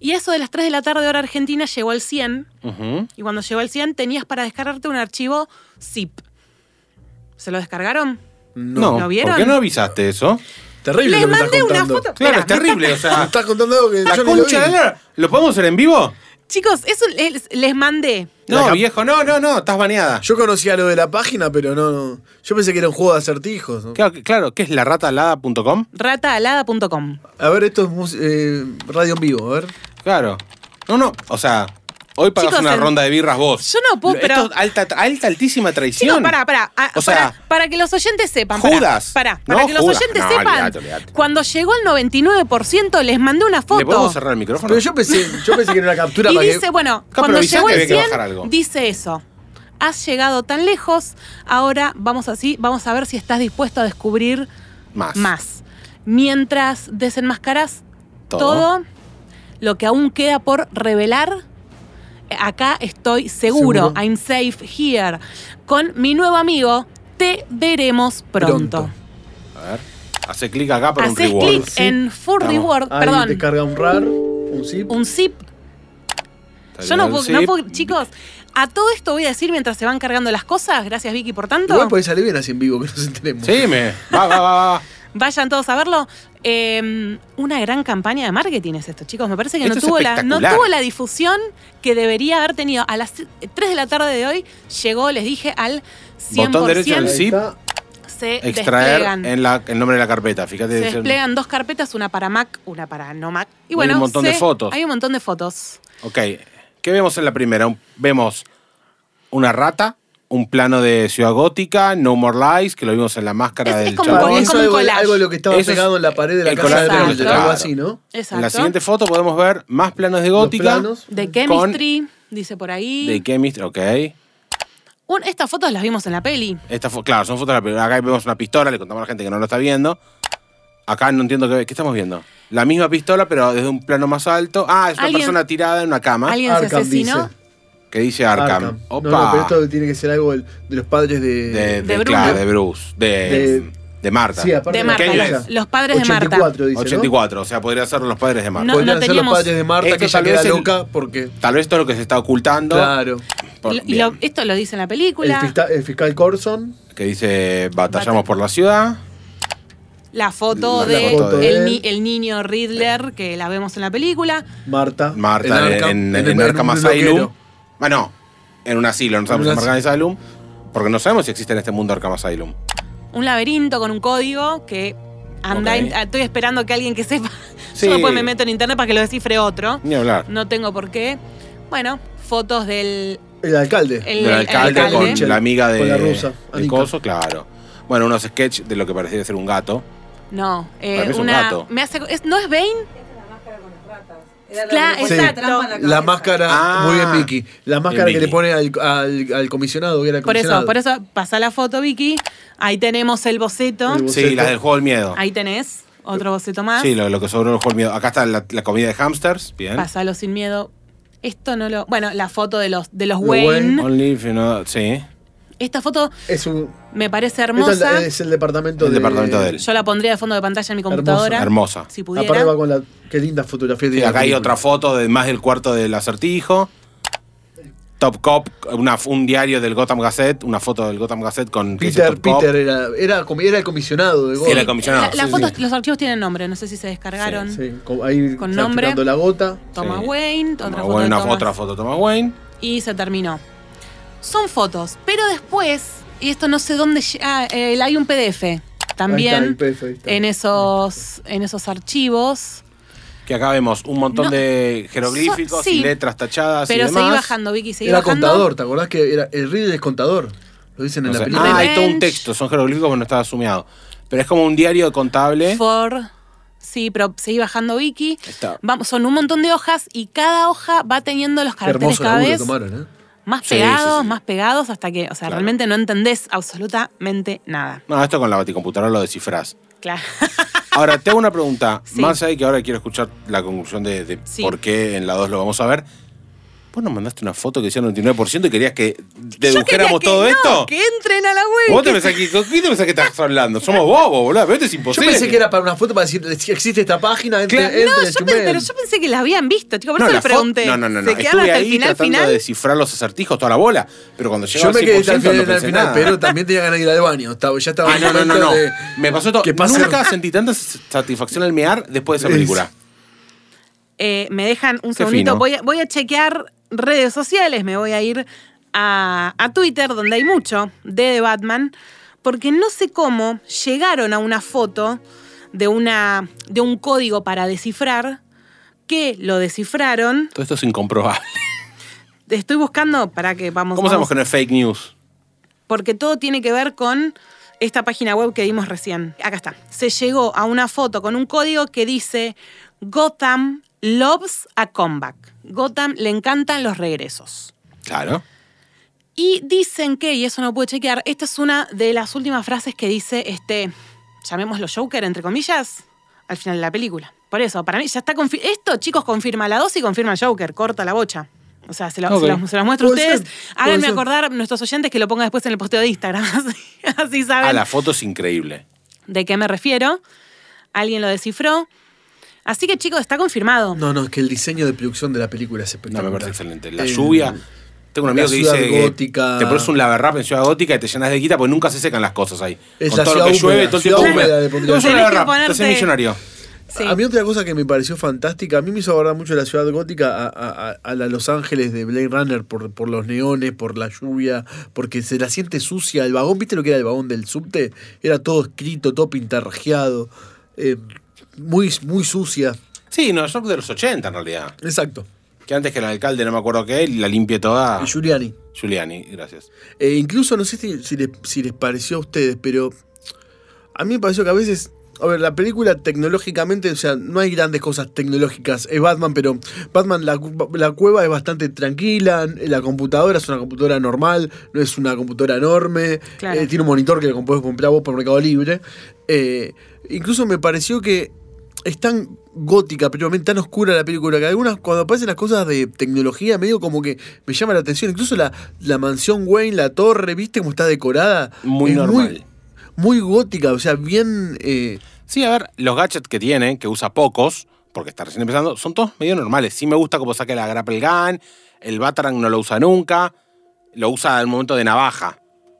Speaker 1: Y eso de las 3 de la tarde hora argentina llegó al 100,
Speaker 5: Ujú.
Speaker 1: y cuando llegó al 100 tenías para descargarte un archivo zip. ¿Se lo descargaron?
Speaker 5: No,
Speaker 1: ¿No vieron?
Speaker 5: ¿por qué no avisaste eso?
Speaker 6: Terrible
Speaker 1: Les
Speaker 6: lo que me
Speaker 1: mandé
Speaker 6: estás
Speaker 1: una
Speaker 6: contando.
Speaker 1: foto.
Speaker 5: Claro,
Speaker 1: Esperá,
Speaker 5: es terrible, o
Speaker 6: Me
Speaker 5: sea,
Speaker 6: estás contando algo que
Speaker 5: la
Speaker 6: yo ni lo vi.
Speaker 5: concha de la- ¿Lo podemos hacer en vivo?
Speaker 1: Chicos, eso les, les mandé.
Speaker 5: No,
Speaker 6: cap-
Speaker 5: viejo, no, no, no, estás baneada.
Speaker 6: Yo conocía lo de la página, pero no, no. Yo pensé que era un juego de acertijos. ¿no?
Speaker 5: Claro, que- claro, ¿qué es la ratalada.com?
Speaker 1: rataalada.com.
Speaker 6: A ver, esto es mus- eh, radio en vivo, a ver.
Speaker 5: Claro. No, no, o sea, hoy pagas
Speaker 1: Chicos,
Speaker 5: una
Speaker 1: en-
Speaker 5: ronda de birras vos.
Speaker 1: Yo no puedo,
Speaker 5: Esto
Speaker 1: pero-
Speaker 5: es alta, alta, altísima traición.
Speaker 1: Chicos, pará, pará. Ah,
Speaker 5: O sea-
Speaker 1: pará, para que los oyentes sepan. pará,
Speaker 5: Judas.
Speaker 1: Pará,
Speaker 5: No,
Speaker 1: para que los
Speaker 5: Judas.
Speaker 1: oyentes
Speaker 5: No,
Speaker 1: sepan.
Speaker 5: olvidate, olvidate.
Speaker 1: Cuando llegó el 99%, les mandé una
Speaker 5: ¿Le podemos
Speaker 1: foto.
Speaker 5: cerrar el micrófono?
Speaker 6: Pero yo pensé, yo pensé que era una captura
Speaker 1: Y
Speaker 6: para
Speaker 1: dice,
Speaker 6: que.
Speaker 1: bueno,
Speaker 5: pero
Speaker 1: cuando
Speaker 5: avisá
Speaker 1: llegó
Speaker 5: que
Speaker 1: el
Speaker 5: había que
Speaker 1: 100,
Speaker 5: bajar algo.
Speaker 1: dice eso. Has llegado tan lejos, ahora vamos así, vamos a ver si estás dispuesto a descubrir
Speaker 5: Más.
Speaker 1: más. Mientras desenmascaras
Speaker 5: Todo.
Speaker 1: todo. lo que aún queda por revelar, acá estoy seguro,
Speaker 6: Seguro.
Speaker 1: I'm safe here, con mi nuevo amigo, te veremos pronto.
Speaker 6: Pronto.
Speaker 5: A ver. Hace clic acá para
Speaker 1: Haces
Speaker 5: un reward.
Speaker 1: clic
Speaker 6: sí.
Speaker 1: en For
Speaker 5: Estamos.
Speaker 1: Reward,
Speaker 6: Ahí te
Speaker 1: perdón,
Speaker 6: carga un RAR, un zip.
Speaker 1: un zip.
Speaker 5: Está
Speaker 1: Yo
Speaker 5: bien,
Speaker 1: no
Speaker 5: el
Speaker 1: puedo,
Speaker 5: zip.
Speaker 1: no puedo- chicos, a todo esto voy a decir mientras se van cargando las cosas, gracias Vicky por tanto.
Speaker 6: Igual puede salir bien así en vivo, que nos enteremos.
Speaker 5: Sí, me. Va, va, va, va.
Speaker 1: Vayan todos a verlo. Eh, una gran campaña de marketing es esto, chicos. Me parece que no
Speaker 5: Esto es
Speaker 1: tuvo, la, no
Speaker 5: espectacular.
Speaker 1: tuvo la difusión que debería haber tenido. A las 3 de la tarde de hoy llegó, les dije, al 100%.
Speaker 5: Botón derecho al
Speaker 6: Ahí
Speaker 5: zip.
Speaker 6: está.
Speaker 1: se
Speaker 5: Extraer
Speaker 1: desplegan.
Speaker 5: en la, el nombre de la carpeta. Fíjate.
Speaker 1: se
Speaker 5: es el-
Speaker 1: desplegan dos carpetas, una para Mac, una para no Mac. Y
Speaker 5: Hay
Speaker 1: bueno,
Speaker 5: un montón de
Speaker 1: se-
Speaker 5: fotos.
Speaker 1: Hay un montón de fotos.
Speaker 5: Ok. ¿Qué vemos en la primera? Un- Vemos una rata, un plano de Ciudad Gótica, No More Lies, que lo vimos en la máscara
Speaker 1: Es- es
Speaker 5: del
Speaker 1: como
Speaker 5: chabón.
Speaker 1: un
Speaker 6: eso
Speaker 1: como un
Speaker 6: algo,
Speaker 1: collage.
Speaker 6: algo de lo que estaba
Speaker 5: Eso es
Speaker 6: pegado en la pared de la
Speaker 5: el
Speaker 6: casa de
Speaker 1: collage de
Speaker 6: Belder,
Speaker 1: Belder,
Speaker 6: algo
Speaker 5: claro.
Speaker 6: así, ¿no?
Speaker 1: Exacto.
Speaker 5: En la siguiente foto podemos ver más planos de Gótica.
Speaker 6: planos.
Speaker 1: De Chemistry, dice por ahí.
Speaker 5: De Chemistry, ok.
Speaker 1: Un- estas fotos las vimos en la peli.
Speaker 5: Esta fo- claro, son fotos de la película. Acá vemos una pistola, le contamos a la gente que no lo está viendo. Acá no entiendo qué, qué estamos viendo. La misma pistola, pero desde un plano más alto. Ah, es una
Speaker 1: Alguien-
Speaker 5: persona tirada en una cama
Speaker 1: Alguien se
Speaker 6: Arkham,
Speaker 1: asesinó.
Speaker 6: dice.
Speaker 5: que dice Arkham.
Speaker 6: Arkham.
Speaker 5: Opa.
Speaker 6: No, no, pero esto tiene que ser algo del- de los padres de.
Speaker 5: de, de,
Speaker 1: de Bruce.
Speaker 5: claro, de Bruce. De,
Speaker 6: De-
Speaker 5: de Marta.
Speaker 6: sí, aparte
Speaker 1: De
Speaker 6: la
Speaker 1: Marta,
Speaker 5: ¿Qué
Speaker 6: casa.
Speaker 1: los,
Speaker 5: es?
Speaker 1: los padres de Marta.
Speaker 6: 84 dice, ¿no?
Speaker 5: 84, o sea, podría ser los padres de Marta.
Speaker 1: No,
Speaker 6: Podrían
Speaker 1: no
Speaker 6: ser los
Speaker 1: teníamos-
Speaker 6: padres de Marta
Speaker 5: Esto
Speaker 6: que
Speaker 5: tal
Speaker 6: ella queda
Speaker 5: vez el-
Speaker 6: loca porque.
Speaker 5: Tal vez esto es lo que se está ocultando.
Speaker 6: Claro.
Speaker 5: Por-
Speaker 1: Y lo-
Speaker 5: bien.
Speaker 1: esto lo dice en la
Speaker 6: El,
Speaker 1: película.
Speaker 6: fisca- el fiscal Corson.
Speaker 5: que dice batallamos por la ciudad.
Speaker 1: La foto
Speaker 5: La
Speaker 1: de,
Speaker 5: foto
Speaker 6: de
Speaker 1: el,
Speaker 6: él.
Speaker 1: ni- el niño Riddler, que la vemos en la película.
Speaker 6: Marta. en
Speaker 5: Marta
Speaker 6: Arkham,
Speaker 5: en, en,
Speaker 6: en-
Speaker 5: en
Speaker 6: en
Speaker 5: Arkham
Speaker 6: un
Speaker 5: Asylum.
Speaker 6: loquero.
Speaker 5: Bueno, en un asilo, no sabemos
Speaker 6: En
Speaker 5: si
Speaker 6: un
Speaker 5: Arkham Asylum. Porque no sabemos si existe en este mundo Arkham Asylum.
Speaker 1: Un laberinto con un código que anda.
Speaker 5: Ok.
Speaker 1: en- ah, estoy esperando que alguien que sepa.
Speaker 5: Sí.
Speaker 1: Yo después me meto en internet para que lo descifre otro.
Speaker 5: Ni hablar.
Speaker 1: No tengo por qué. Bueno, fotos del.
Speaker 6: El alcalde.
Speaker 1: El-
Speaker 5: Del alcalde,
Speaker 1: alcalde.
Speaker 5: con la amiga de,
Speaker 6: Con la rusa,
Speaker 5: de
Speaker 6: Anika.
Speaker 5: Coso, claro. Bueno, unos sketches de lo que parecía ser un gato.
Speaker 1: No, eh,
Speaker 5: Para mí es un
Speaker 1: una.
Speaker 5: gato.
Speaker 1: me hace, es- ¿No es Bane? Claro,
Speaker 6: Sí.
Speaker 1: exacto.
Speaker 6: La máscara,
Speaker 5: Ah.
Speaker 6: muy bien, Vicky. La máscara
Speaker 5: Bien,
Speaker 6: que le
Speaker 5: Vicky.
Speaker 6: pone al, al- al comisionado, que era
Speaker 1: Por
Speaker 6: comisionado.
Speaker 1: eso, por eso pasa la foto, Vicky. Ahí tenemos el boceto.
Speaker 6: El bo-
Speaker 5: Sí,
Speaker 6: Boceto.
Speaker 5: las del juego del miedo.
Speaker 1: Ahí tenés otro boceto más.
Speaker 5: Sí, lo, lo que sobró del juego del miedo. Acá está la, la comida de hamsters.
Speaker 6: ¿Eh?
Speaker 5: Bien.
Speaker 1: Pásalo sin miedo. Esto no lo. Bueno, la foto de los, de los
Speaker 6: Los
Speaker 1: Wayne.
Speaker 6: Wayne.
Speaker 5: Only if you know- Sí.
Speaker 1: Esta foto
Speaker 6: Es, un,
Speaker 1: me parece
Speaker 6: es,
Speaker 1: hermosa.
Speaker 6: el, es el departamento
Speaker 5: El
Speaker 6: de-
Speaker 5: departamento de él.
Speaker 1: Yo la pondría de fondo de pantalla en mi
Speaker 6: Hermosa.
Speaker 1: computadora.
Speaker 5: Hermosa.
Speaker 1: Si
Speaker 6: Aparte va
Speaker 1: pudiera.
Speaker 6: con la. Qué linda fotografía
Speaker 5: Sí,
Speaker 6: tiene.
Speaker 5: acá
Speaker 6: la
Speaker 5: hay
Speaker 6: película.
Speaker 5: otra foto de más del cuarto del acertijo. Top Cop, una- un diario del Gotham Gazette, una foto del Gotham Gazette con que dice
Speaker 6: Peter,
Speaker 5: Top Cop.
Speaker 6: Peter era, era, comi- era el comisionado de
Speaker 5: Sí,
Speaker 6: Gordon.
Speaker 5: era el comisionado.
Speaker 1: La- las
Speaker 5: sí,
Speaker 1: fotos,
Speaker 5: sí.
Speaker 1: los archivos tienen nombre, no sé si se descargaron.
Speaker 6: Sí, con- ahí
Speaker 1: Con
Speaker 6: con
Speaker 1: nombre.
Speaker 6: la gota.
Speaker 1: Thomas
Speaker 5: Sí.
Speaker 1: Wayne,
Speaker 5: Thomas
Speaker 1: otra foto.
Speaker 5: Wayne,
Speaker 1: de
Speaker 5: una-
Speaker 1: Thomas.
Speaker 5: otra foto de Thomas Wayne.
Speaker 1: Y se terminó. Son fotos, pero después, y esto no sé dónde. lle- Ah, eh, hay un PDF
Speaker 6: Ahí
Speaker 1: también
Speaker 6: está, el PDF, ahí está.
Speaker 1: en, esos, en esos archivos.
Speaker 5: Que acá vemos un montón
Speaker 1: No.
Speaker 5: de jeroglíficos
Speaker 1: So- sí.
Speaker 5: y letras tachadas y
Speaker 1: Pero
Speaker 5: demás.
Speaker 1: seguí bajando, Vicky, seguí
Speaker 6: Ah, Era
Speaker 1: bajando.
Speaker 6: contador, ¿te acordás que era, el Riddle es contador? Lo dicen en
Speaker 5: No sé.
Speaker 6: la película.
Speaker 5: Ah, hay todo un
Speaker 1: Revenge.
Speaker 5: texto, son jeroglíficos, pero no está asumiado. Pero es como un diario contable.
Speaker 1: For. Sí, pero seguí bajando Vicky.
Speaker 5: Está.
Speaker 1: Vamos, son un montón de hojas y cada hoja va teniendo los
Speaker 6: Qué
Speaker 1: caracteres
Speaker 6: hermoso
Speaker 1: cada
Speaker 6: laburo
Speaker 1: vez
Speaker 6: tomaron, ¿eh?
Speaker 1: más
Speaker 5: Sí,
Speaker 1: pegados,
Speaker 5: sí, sí.
Speaker 1: más pegados, hasta que, o sea,
Speaker 5: Claro.
Speaker 1: realmente no entendés absolutamente nada.
Speaker 5: No, esto con la baticomputadora lo descifrás.
Speaker 1: Claro.
Speaker 5: Ahora, te hago una pregunta.
Speaker 1: Sí.
Speaker 5: Más ahí que ahora quiero escuchar la conclusión de, de
Speaker 1: Sí.
Speaker 5: por qué en la 2 lo vamos a ver. Vos nos mandaste una foto que decía 99% y querías que dedujéramos
Speaker 1: Yo quería que
Speaker 5: todo
Speaker 1: no,
Speaker 5: esto.
Speaker 1: Que entren a la web.
Speaker 5: ¿Vos te pensás que, ¿con quién te pensás que estás hablando? Somos bobos, boludo. Pero esto es
Speaker 6: Yo
Speaker 5: imposible.
Speaker 6: pensé que era para una foto para decir, existe esta página, entre,
Speaker 5: Pues Claro.
Speaker 6: entre,
Speaker 1: No, yo, pe-
Speaker 6: chumen.
Speaker 1: pero yo pensé que la habían visto, chicos. Por
Speaker 5: No,
Speaker 1: eso
Speaker 5: la
Speaker 1: le
Speaker 5: fo-
Speaker 1: pregunté.
Speaker 5: No, no, no. no.
Speaker 1: ¿Se quedaron
Speaker 5: Estuve
Speaker 1: hasta
Speaker 5: ahí
Speaker 1: el final
Speaker 5: tratando
Speaker 1: final?
Speaker 5: de descifrar los acertijos, toda la bola. Pero cuando llegó
Speaker 6: Yo
Speaker 5: al
Speaker 6: me quedé
Speaker 5: 100%
Speaker 6: hasta el final,
Speaker 5: no
Speaker 6: hasta el
Speaker 5: pensé
Speaker 6: final,
Speaker 5: nada.
Speaker 6: pero también tenía ganas de ir al baño. Estaba, ya estaba
Speaker 5: Ah,
Speaker 6: en
Speaker 5: no,
Speaker 6: el
Speaker 5: no, no,
Speaker 6: momento
Speaker 5: no.
Speaker 6: de-
Speaker 5: Me pasó todo.
Speaker 6: ¿Qué pasa?
Speaker 5: Nunca sentí tanta satisfacción en mear después de esa
Speaker 6: Es-
Speaker 5: película.
Speaker 1: Eh, me dejan un
Speaker 5: Qué
Speaker 1: segundito.
Speaker 5: fino.
Speaker 1: Voy a, voy a chequear redes sociales, me voy a ir a, a Twitter, donde hay mucho de The Batman, porque no sé cómo llegaron a una foto de, una, de un código para descifrar, que lo descifraron.
Speaker 5: Todo esto es incomprobable.
Speaker 1: Estoy buscando para que vamos,
Speaker 5: ¿Cómo
Speaker 1: vamos
Speaker 5: sabemos que no es fake news?
Speaker 1: porque todo tiene que ver con esta página web que vimos recién. Acá está. Se llegó a una foto con un código que dice Gotham loves a comeback. Gotham le encantan los regresos.
Speaker 5: Claro.
Speaker 1: Y dicen que, y eso no pude chequear, esta es una de las últimas frases que dice este, llamémoslo Joker, entre comillas, al final de la película. Por eso, para mí ya está confi- Esto, chicos, confirma la dosis y confirma el Joker, corta la bocha. O sea, se, lo-
Speaker 5: Ok.
Speaker 1: se los, se los muestro a
Speaker 6: Puede
Speaker 1: ustedes.
Speaker 6: ser, puede
Speaker 1: Háganme
Speaker 6: ser.
Speaker 1: acordar nuestros oyentes que lo ponga después en el posteo de Instagram. Así, así saben
Speaker 5: Ah, la foto es increíble.
Speaker 1: de qué me refiero. Alguien lo descifró. Así que, chicos, está confirmado.
Speaker 6: No, no, es que el diseño de producción de la película es
Speaker 5: No,
Speaker 6: espectacular.
Speaker 5: me parece excelente. La
Speaker 6: Eh,
Speaker 5: lluvia. Tengo un
Speaker 6: la
Speaker 5: amigo que
Speaker 6: ciudad
Speaker 5: dice que
Speaker 6: gótica.
Speaker 5: te pones un laverrap en Ciudad Gótica y te llenas de guita porque nunca se secan las cosas ahí.
Speaker 6: Es
Speaker 5: Con
Speaker 6: la
Speaker 5: todo lo que
Speaker 6: ciudad
Speaker 5: llueve,
Speaker 6: húmeda,
Speaker 5: todo el
Speaker 6: ciudad
Speaker 5: tiempo
Speaker 6: húmeda
Speaker 5: húmedo.
Speaker 6: de
Speaker 5: Te
Speaker 6: Pontevedra.
Speaker 5: pones un
Speaker 1: Tenés que
Speaker 5: lavarrap, te haces
Speaker 1: ponerte-
Speaker 5: millonario.
Speaker 1: Sí.
Speaker 6: A mí otra cosa que me pareció fantástica, a mí me hizo acordar mucho la ciudad gótica a, a- a- a la Los Ángeles de Blade Runner por, por los neones, por la lluvia, porque se la siente sucia. El vagón, ¿viste lo que era el vagón del subte? Era todo escrito, todo pintarrajeado, eh, muy, muy sucia.
Speaker 5: Sí, Nueva York de los 80 en realidad.
Speaker 6: Exacto.
Speaker 5: Que Que antes que el alcalde, no me acuerdo qué, la limpie toda.
Speaker 6: Y Giuliani.
Speaker 5: Giuliani, gracias.
Speaker 6: Eh, incluso no sé si, si les, si les pareció a ustedes, pero a mí me pareció que a veces. A ver, la película tecnológicamente, o sea, no hay grandes cosas tecnológicas. Es Batman, pero Batman, la, cu- la cueva es bastante tranquila. La computadora es una computadora normal, no es una computadora enorme.
Speaker 1: Claro.
Speaker 6: eh, tiene un monitor que lo puedes comprar vos por Mercado Libre. Eh, incluso me pareció que es tan gótica, pero también tan oscura la película, que algunas, cuando aparecen las cosas de tecnología, medio como que me llama la atención. Incluso la, la mansión Wayne, la torre, ¿viste cómo está decorada?
Speaker 5: Muy
Speaker 6: Es
Speaker 5: normal.
Speaker 6: Muy, gótica, o sea, bien. eh,
Speaker 5: Sí, a ver, los gadgets que tiene, que usa pocos, porque está recién empezando, son todos medio normales. Sí me gusta cómo saca la grapple gun, el Batarang no lo usa nunca, lo usa al momento de navaja,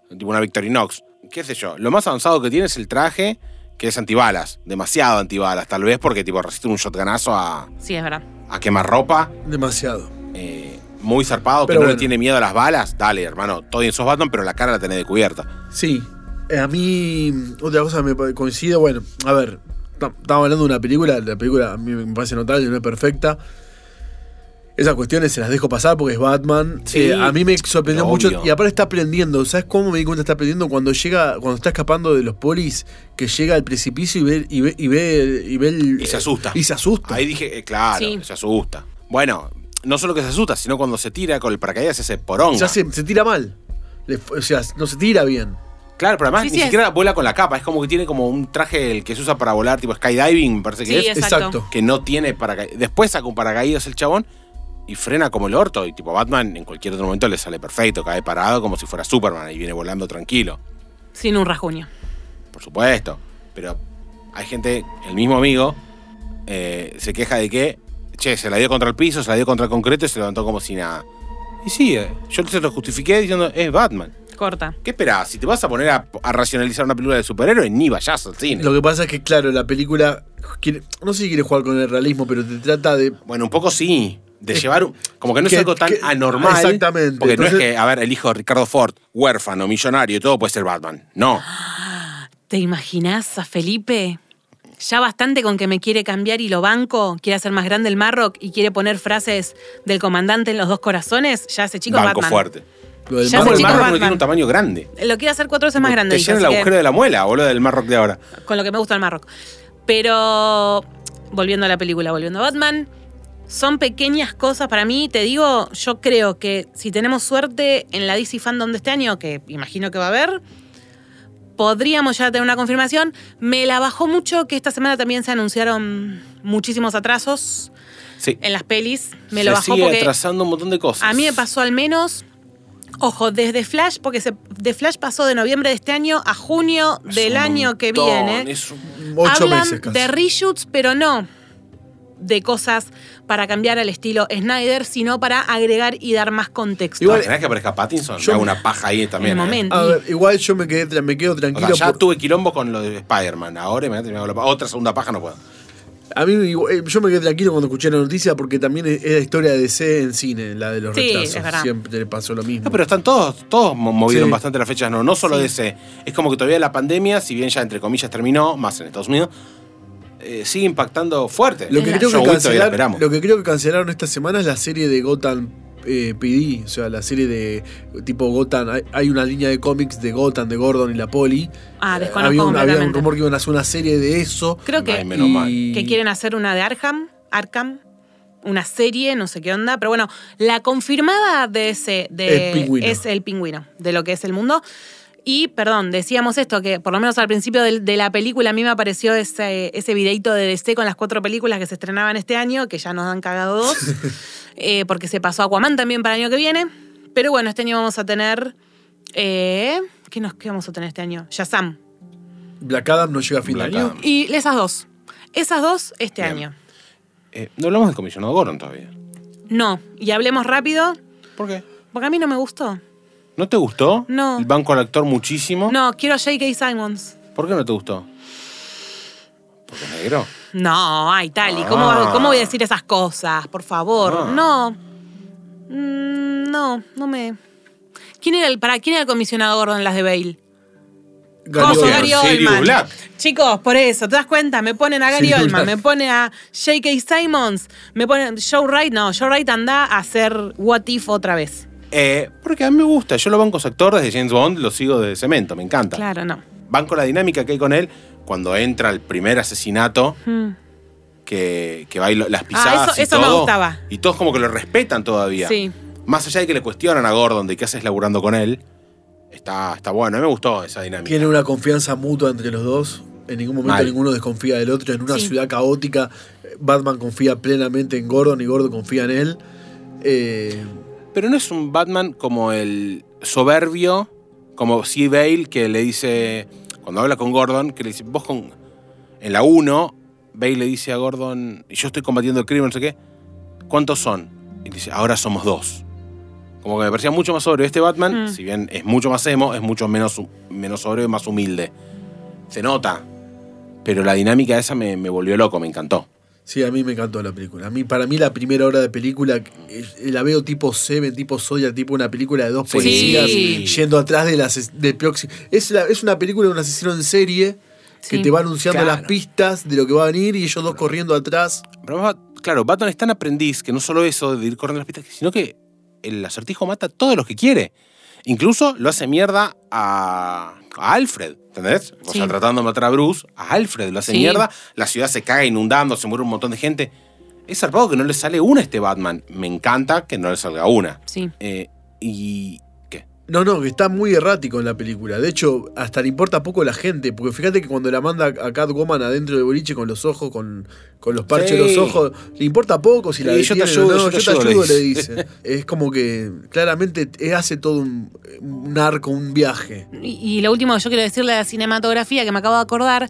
Speaker 5: tipo una Victorinox. Qué sé yo, lo más avanzado que tiene es el traje, que es antibalas, demasiado antibalas, tal vez porque tipo resiste un shotgunazo a,
Speaker 1: Sí, es verdad.
Speaker 5: a quemar ropa,
Speaker 6: demasiado.
Speaker 5: muy zarpado, que
Speaker 6: Pero
Speaker 5: no le
Speaker 6: bueno.
Speaker 5: tiene miedo a las balas. Dale, hermano, todo en sos Batman, pero la cara la tenés descubierta.
Speaker 6: Sí. Eh, A mí, otra cosa me pa- coincide, bueno, a ver, ta- estamos hablando de una película, la película a mí me parece notable, no es perfecta. Esas cuestiones se las dejo pasar porque es Batman.
Speaker 5: Sí,
Speaker 6: Eh, a mí me sorprendió
Speaker 5: obvio.
Speaker 6: mucho. Y aparte está aprendiendo. ¿Sabes cómo me di cuenta que está aprendiendo? Cuando llega, cuando está escapando de los polis, que llega al precipicio y ve, y ve, y ve, y ve el-
Speaker 5: Y se asusta.
Speaker 6: Eh, Y se asusta.
Speaker 5: Ahí dije, eh, claro,
Speaker 1: Sí.
Speaker 5: se asusta. Bueno, no solo que se asusta, sino cuando se tira con el paracaídas se hace poronga.
Speaker 6: Ya se, se tira mal. Le- o sea, no se tira bien.
Speaker 5: Claro, pero además
Speaker 1: Sí,
Speaker 5: ni
Speaker 1: sí, es-
Speaker 5: siquiera vuela con la capa, es como que tiene como un traje el que se usa para volar, tipo skydiving, me parece que
Speaker 1: Sí,
Speaker 5: es.
Speaker 1: exacto.
Speaker 5: Que no tiene paracaídas. Después saca un paracaídas el chabón y frena como el orto. Y tipo Batman en cualquier otro momento le sale perfecto, cae parado como si fuera Superman y viene volando tranquilo.
Speaker 1: Sin un rasguño.
Speaker 5: Por supuesto. Pero hay gente, el mismo amigo, eh, se queja de que, che, se la dio contra el piso, se la dio contra el concreto y se levantó como si nada. Y sí, eh, yo se lo justifiqué diciendo, es Batman.
Speaker 1: Corta.
Speaker 5: ¿Qué esperás? Si te vas a poner a, a racionalizar una película de superhéroes, ni vayas al cine.
Speaker 6: Lo que pasa es que, claro, la película. quiere- no sé si quiere jugar con el realismo, pero te trata de
Speaker 5: Bueno, un poco sí. De
Speaker 6: Es-
Speaker 5: llevar. un- Como que no
Speaker 6: que-
Speaker 5: es algo tan
Speaker 6: que-
Speaker 5: anormal.
Speaker 6: exactamente,
Speaker 5: Porque no es
Speaker 6: entonces-
Speaker 5: que, a ver, el hijo de Ricardo Ford, huérfano, millonario, todo puede ser Batman. No.
Speaker 1: ¿Te imaginas a Felipe? Ya bastante con que me quiere cambiar y lo banco, quiere hacer más grande el Marrock y quiere poner frases del comandante en los dos corazones, ya ese chico es
Speaker 5: Banco
Speaker 1: Batman.
Speaker 5: fuerte.
Speaker 6: Lo del
Speaker 1: Ya
Speaker 5: Como
Speaker 1: sé,
Speaker 5: el
Speaker 1: chicos,
Speaker 5: Marrock no
Speaker 1: Batman.
Speaker 5: tiene un tamaño grande.
Speaker 1: Lo quiere hacer cuatro veces más grande.
Speaker 5: Te
Speaker 1: dice,
Speaker 5: llena el
Speaker 1: así que-
Speaker 5: agujero de la muela, boludo, del Marrock de ahora.
Speaker 1: con lo que me gusta el Marrock. Pero volviendo a la película, volviendo a Batman, son pequeñas cosas para mí. Te digo, yo creo que si tenemos suerte en la DC Fandom de este año, que imagino que va a haber, podríamos ya tener una confirmación. Me la bajó mucho que esta semana también se anunciaron muchísimos atrasos
Speaker 5: Sí.
Speaker 1: en las pelis. Me
Speaker 5: Se
Speaker 1: lo bajó
Speaker 5: sigue
Speaker 1: porque
Speaker 5: atrasando un montón de cosas.
Speaker 1: a mí me pasó al menos. Ojo, desde Flash, porque se, de Flash pasó de noviembre de este año a junio
Speaker 5: Es
Speaker 1: del
Speaker 5: un
Speaker 1: año que
Speaker 5: montón,
Speaker 1: viene
Speaker 5: es un-
Speaker 6: ocho
Speaker 1: hablan
Speaker 6: meses casi.
Speaker 1: de reshoots, pero no de cosas para cambiar al estilo Snyder, sino para agregar y dar más contexto.
Speaker 6: Igual-
Speaker 5: ¿Tenés que aparezca Pattinson?
Speaker 6: Yo-
Speaker 5: Yo hago una paja ahí también.
Speaker 1: En el
Speaker 5: ¿eh?
Speaker 1: momento.
Speaker 6: A ver, igual yo me, quedé, tra- me quedo
Speaker 5: O
Speaker 6: tranquilo.
Speaker 5: sea, ya
Speaker 6: por-
Speaker 5: tuve quilombo con lo de Spider-Man. Ahora imagínate, me hago la pa- otra segunda paja, no puedo.
Speaker 6: A mí igual- eh, yo me quedé tranquilo cuando escuché la noticia porque también es, es la historia de DC en cine, la de los
Speaker 1: Sí,
Speaker 6: retrasos.
Speaker 1: es verdad.
Speaker 6: Siempre le pasó lo mismo.
Speaker 5: No, pero están todos, todos mo- movieron
Speaker 6: Sí.
Speaker 5: bastante las fechas, no, no solo de ese. Es como que todavía la pandemia, si bien ya entre comillas terminó, más en Estados Unidos, eh, sigue impactando fuerte.
Speaker 6: lo, que
Speaker 1: Es
Speaker 6: creo
Speaker 5: Yo
Speaker 6: que
Speaker 5: hoy todavía la
Speaker 6: cancelaron,
Speaker 5: esperamos.
Speaker 6: lo que creo que cancelaron esta semana es la serie de Gotham eh, PD, o sea, la serie de tipo Gotham. Hay, hay una línea de cómics de Gotham, de Gordon y la Poli.
Speaker 1: Ah,
Speaker 6: Eh,
Speaker 1: desconozco
Speaker 6: había, un, había un
Speaker 1: completamente.
Speaker 6: rumor que iban a hacer una serie de eso.
Speaker 1: Creo que,
Speaker 5: Ay, menos mal.
Speaker 6: y-
Speaker 1: que quieren hacer una de Arkham, Arkham, una serie, no sé qué onda, pero bueno, la confirmada de ese de-
Speaker 6: El pingüino.
Speaker 1: es el pingüino, de lo que es el mundo. Y, perdón, decíamos esto, que por lo menos al principio del- de, la película a mí me apareció ese, ese videito de DC con las cuatro películas que se estrenaban este año, que ya nos han cagado dos, eh, porque se pasó Aquaman también para el año que viene. Pero bueno, este año vamos a tener... eh, ¿qué, nos, ¿Qué vamos a tener este año? Shazam.
Speaker 6: Black Adam no llega a fin
Speaker 5: Black
Speaker 6: de año.
Speaker 5: Adam.
Speaker 1: Y esas dos. Esas dos este
Speaker 5: Bien.
Speaker 1: año.
Speaker 5: Eh, no hablamos del comisionado Gordon todavía.
Speaker 1: No. Y hablemos rápido,
Speaker 5: ¿Por qué?
Speaker 1: porque a mí no me gustó.
Speaker 5: ¿No te gustó?
Speaker 1: No.
Speaker 5: El banco al actor muchísimo.
Speaker 1: No, quiero a J.K. Simons.
Speaker 5: ¿Por qué no te gustó? Porque es negro.
Speaker 1: No, ay, Tali, ¿cómo,
Speaker 5: Ah.
Speaker 1: vas- ¿cómo voy a decir esas cosas? Por favor.
Speaker 5: Ah.
Speaker 1: No. Mm, no, no me. ¿Quién era el, para, ¿Quién era el comisionado Gordon en las de Bale?
Speaker 6: Gary
Speaker 1: Coso,
Speaker 6: Oldman.
Speaker 1: Gary
Speaker 5: Sirius
Speaker 1: Oldman.
Speaker 5: Black.
Speaker 1: Chicos, por eso, ¿te das cuenta? Me ponen a Gary
Speaker 6: Sirius
Speaker 1: Oldman,
Speaker 6: Black.
Speaker 1: me pone a J.K. Simons, me ponen Joe Wright, no, Joe Wright anda a hacer What If otra vez.
Speaker 5: Eh, porque a mí me gusta, yo lo banco ese actor desde James Bond, lo sigo desde Cemento, me encanta.
Speaker 1: Claro, no.
Speaker 5: Banco la dinámica que hay con él cuando entra el primer asesinato,
Speaker 1: Mm.
Speaker 5: que, que va y lo- las pisadas
Speaker 1: Ah, eso-
Speaker 5: y
Speaker 1: eso me
Speaker 5: todo,
Speaker 1: gustaba.
Speaker 5: Y todos como que lo respetan todavía.
Speaker 1: Sí.
Speaker 5: Más allá de que le cuestionan a Gordon de qué haces laburando con él, está, está bueno, a mí me gustó esa dinámica.
Speaker 6: Tienen una confianza mutua entre los dos. En ningún momento
Speaker 5: Mal.
Speaker 6: ninguno desconfía del otro. En una
Speaker 1: Sí.
Speaker 6: ciudad caótica, Batman confía plenamente en Gordon y Gordon confía en él. Eh,
Speaker 5: Pero no es un Batman como el soberbio, como C. Bale, que le dice, cuando habla con Gordon, que le dice, vos con... En la 1, Bale le dice a Gordon, y yo estoy combatiendo el crimen, no sé qué, ¿cuántos son? Y le dice, ahora somos dos. Como que me parecía mucho más sobrio. Este Batman,
Speaker 1: Mm.
Speaker 5: si bien es mucho más emo, es mucho menos, hu- menos sobrio y más humilde. Se nota. Pero la dinámica esa me, me volvió loco, me encantó.
Speaker 6: sí, a mí me encantó la película. A mí, para mí, la primera hora de película eh, la veo tipo Seven, tipo Zodiac, tipo una película de dos
Speaker 5: Sí.
Speaker 6: policías
Speaker 1: Sí.
Speaker 6: yendo atrás del, ases- del próximo. Es, la- es una película de un asesino en serie que
Speaker 1: Sí.
Speaker 6: te va anunciando
Speaker 5: Claro.
Speaker 6: las pistas de lo que va a venir y ellos dos corriendo atrás.
Speaker 5: Pero además, claro, Batman es tan aprendiz que no solo eso de ir corriendo las pistas, sino que el acertijo mata a todos los que quiere. Incluso lo hace mierda a, a Alfred, ¿entendés? O sea,
Speaker 1: Sí.
Speaker 5: tratando de matar a Bruce, a Alfred lo hace
Speaker 1: Sí.
Speaker 5: mierda, la ciudad se cae inundando, se muere un montón de gente. Es zarpado que no le sale una a este Batman. Me encanta que no le salga una.
Speaker 1: Sí.
Speaker 5: Eh, y... ¿Qué?
Speaker 6: No, no, que está muy errático en la película. De hecho, hasta le importa poco la gente. Porque fíjate que cuando la manda a Catwoman adentro del boliche con los ojos, con, con los parches
Speaker 5: Sí.
Speaker 6: de los ojos, le importa poco si la
Speaker 5: Sí, yo te
Speaker 6: detienen o
Speaker 5: ayudo,
Speaker 6: no.
Speaker 5: yo te
Speaker 6: yo te
Speaker 5: ayudo,
Speaker 6: ayudo,
Speaker 5: le
Speaker 6: le dice. es como que claramente eh, hace todo un, un arco, un viaje.
Speaker 1: Y, y lo último que yo quiero decirle de la cinematografía, que me acabo de acordar,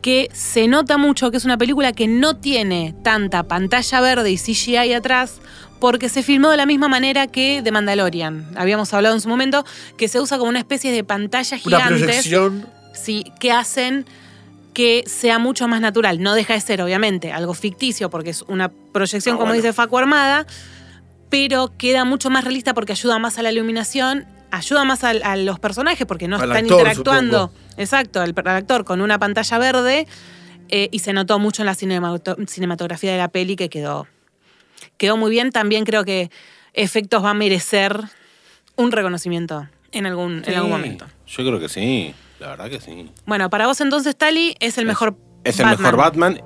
Speaker 1: que se nota mucho que es una película que no tiene tanta pantalla verde y CGI atrás, porque se filmó de la misma manera que The Mandalorian. Habíamos hablado en su momento que se usa como una especie de pantalla
Speaker 6: Una
Speaker 1: gigantes
Speaker 6: proyección.
Speaker 1: sí, que hacen que sea mucho más natural. No deja de ser, obviamente, algo ficticio porque es una proyección,
Speaker 5: Ah,
Speaker 1: como
Speaker 5: bueno.
Speaker 1: dice Facu Armada, pero queda mucho más realista porque ayuda más a la iluminación, ayuda más al- a, los personajes porque no
Speaker 6: Al
Speaker 1: están
Speaker 6: actor,
Speaker 1: interactuando. Exacto, el, actor con una pantalla verde eh, y se notó mucho en la cinemato- cinematografía de la peli que quedó, quedó muy bien. También creo que Efectos va a merecer un reconocimiento en algún, en algún
Speaker 5: Sí,
Speaker 1: momento.
Speaker 5: eh, Yo creo que sí, la verdad que sí.
Speaker 1: Bueno, para vos entonces, Tali, es el mejor
Speaker 5: Es el mejor Batman,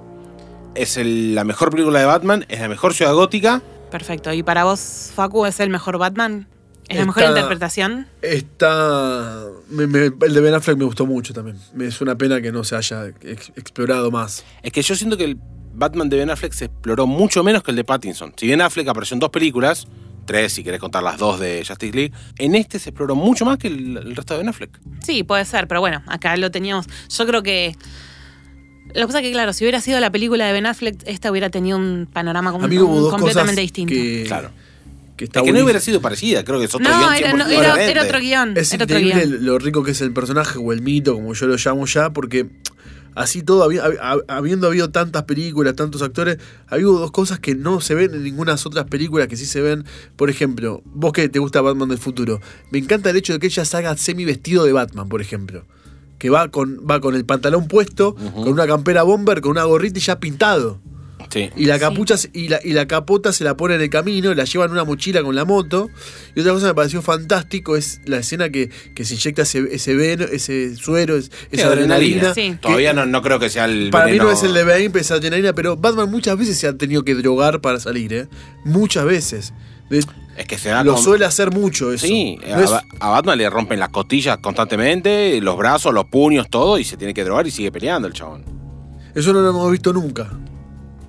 Speaker 5: es el- la mejor película de Batman, es la mejor ciudad gótica.
Speaker 1: Perfecto. ¿Y para vos, Facu, es el mejor Batman? ¿Es la
Speaker 6: Está-
Speaker 1: mejor interpretación?
Speaker 6: Está. me- me- el de Ben Affleck me gustó mucho también. Me- Es una pena que no se haya ex- explorado más.
Speaker 5: Es que yo siento que el Batman de Ben Affleck se exploró mucho menos que el de Pattinson. Si bien Affleck apareció en dos películas, tres si querés contar las dos de Justice League, en este se exploró mucho más que el, el resto de Ben Affleck.
Speaker 1: Sí, puede ser, pero bueno, acá lo teníamos. Yo creo que. Lo que pasa es que, claro, si hubiera sido la película de Ben Affleck, esta hubiera tenido un panorama como-
Speaker 6: A mí hubo dos
Speaker 1: completamente
Speaker 6: cosas
Speaker 1: distinto.
Speaker 6: que.
Speaker 5: Claro.
Speaker 6: Que Eh,
Speaker 5: Es que
Speaker 6: está
Speaker 5: no
Speaker 6: buenísimo.
Speaker 5: hubiera sido parecida, creo que es otro
Speaker 1: No,
Speaker 5: guión
Speaker 1: era,
Speaker 5: 100%
Speaker 1: no, era-
Speaker 5: diferente.
Speaker 1: era otro guión.
Speaker 6: Es
Speaker 1: era otro
Speaker 6: increíble
Speaker 1: guión.
Speaker 6: lo rico que es el personaje o el mito, como yo lo llamo ya, porque así todo, habi- hab- hab- habiendo habido tantas películas, tantos actores, ha habido dos cosas que no se ven en ninguna otras películas que sí se ven. Por ejemplo, vos que te gusta Batman del futuro, me encanta el hecho de que ella salga semi vestido de Batman, por ejemplo. Que va con, va con el pantalón puesto, con una campera bomber, con una gorrita y ya pintado.
Speaker 5: Sí.
Speaker 6: Y la capucha se- y, la, y la capota se la pone en el camino, la lleva en una mochila con la moto. Y otra cosa que me pareció fantástico es la escena que, que se inyecta ese, ese veno, ese suero, es- esa adrenalina.
Speaker 1: Sí.
Speaker 6: que
Speaker 5: Todavía no, no creo que sea el
Speaker 6: Para mí no
Speaker 5: veneno-
Speaker 6: es el de Bane, pero es adrenalina, pero Batman muchas veces se ha tenido que drogar para salir, ¿eh? Muchas veces. De-
Speaker 5: Es que se da
Speaker 6: lo
Speaker 5: con-
Speaker 6: suele hacer mucho eso.
Speaker 5: Ah, Sí,
Speaker 6: No
Speaker 5: a,
Speaker 6: es-
Speaker 5: Ba- a Batman le rompen las costillas constantemente, los brazos, los puños, todo, y se tiene que drogar y sigue peleando el chabón.
Speaker 6: eso no lo hemos visto nunca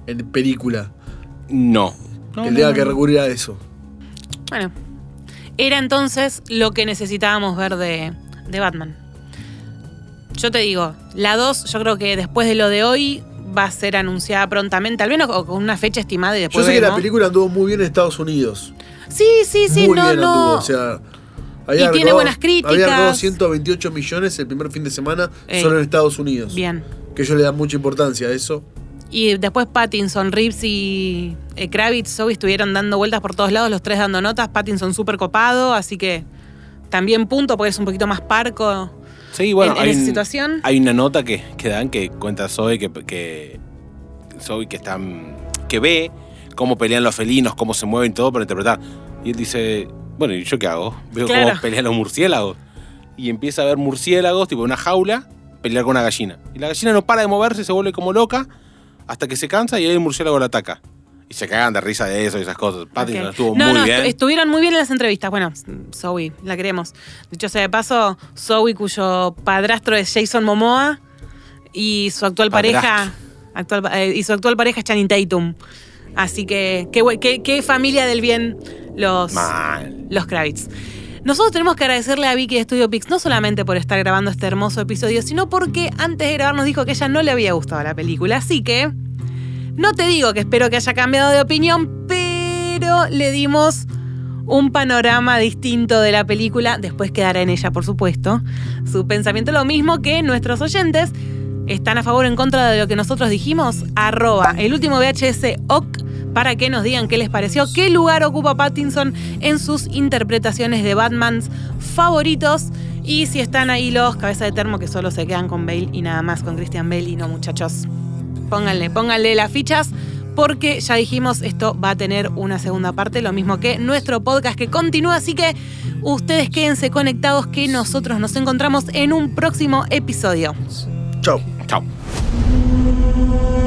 Speaker 6: en película.
Speaker 5: No.
Speaker 6: que tenga que recurrir a eso.
Speaker 1: Bueno, era entonces lo que necesitábamos ver de, de Batman. Yo te digo, la 2, yo creo que después de lo de hoy va a ser anunciada prontamente, al menos o con una fecha estimada y
Speaker 6: Yo
Speaker 1: después
Speaker 6: sé que la
Speaker 1: vemos.
Speaker 6: película anduvo muy bien en Estados Unidos.
Speaker 1: Sí, sí, sí,
Speaker 6: muy
Speaker 1: no,
Speaker 6: bien
Speaker 1: no.
Speaker 6: anduvo, o sea, había
Speaker 1: Y tiene
Speaker 6: recaudado-
Speaker 1: buenas críticas.
Speaker 6: Había recaudado 128 millones el primer fin de semana
Speaker 1: Ey.
Speaker 6: solo en Estados Unidos.
Speaker 1: Bien.
Speaker 6: Que ellos le dan mucha importancia a eso.
Speaker 1: Y después Pattinson, Reeves y eh, Kravitz, Zoe estuvieron dando vueltas por todos lados, los tres dando notas. Pattinson súper copado, así que también punto porque es un poquito más parco.
Speaker 5: Sí, bueno,
Speaker 1: en- en
Speaker 5: hay,
Speaker 1: esa
Speaker 5: un-
Speaker 1: situación.
Speaker 5: hay una nota que, que dan que cuenta Zoe que, que Zoe que está mm, que ve cómo pelean los felinos, cómo se mueven y todo para interpretar. Y él dice, bueno, ¿y yo qué hago? Veo
Speaker 1: Claro.
Speaker 5: cómo pelean los murciélagos. Y empieza a ver murciélagos, tipo en una jaula, pelear con una gallina. Y la gallina no para de moverse, se vuelve como loca hasta que se cansa y ahí el murciélago la ataca. Y se cagan de risa de eso y esas cosas. Pattinson
Speaker 1: Ok.
Speaker 5: estuvo
Speaker 1: no,
Speaker 5: muy
Speaker 1: no,
Speaker 5: bien.
Speaker 1: estu- estuvieron muy bien en las entrevistas. Bueno, Zoe, la queremos. Dicho sea de paso, Zoe, cuyo padrastro es Jason Momoa y su actual pareja. actual- eh, y su actual pareja es Channing Tatum. Así que, qué, bu- qué- qué familia del bien los,
Speaker 5: Mal.
Speaker 1: los Kravitz. Nosotros tenemos que agradecerle a Vicky de Studio Pix no solamente por estar grabando este hermoso episodio, sino porque antes de grabar nos dijo que ella no le había gustado la película. Así que no te digo que espero que haya cambiado de opinión, pero le dimos un panorama distinto de la película. Después quedará en ella, por supuesto. Su pensamiento lo mismo que nuestros oyentes. ¿Están a favor o en contra de lo que nosotros dijimos? Arroba el último VHS OC para que nos digan qué les pareció, qué lugar ocupa Pattinson en sus interpretaciones de Batmans favoritos y si están ahí los cabeza de termo que solo se quedan con Bale y nada más con Christian Bale y no muchachos. Pónganle, pónganle las fichas porque ya dijimos esto va a tener una segunda parte, lo mismo que nuestro podcast que continúa, así que ustedes quédense conectados que nosotros nos encontramos en un próximo episodio.
Speaker 6: Chau.
Speaker 5: Chao.
Speaker 4: Thank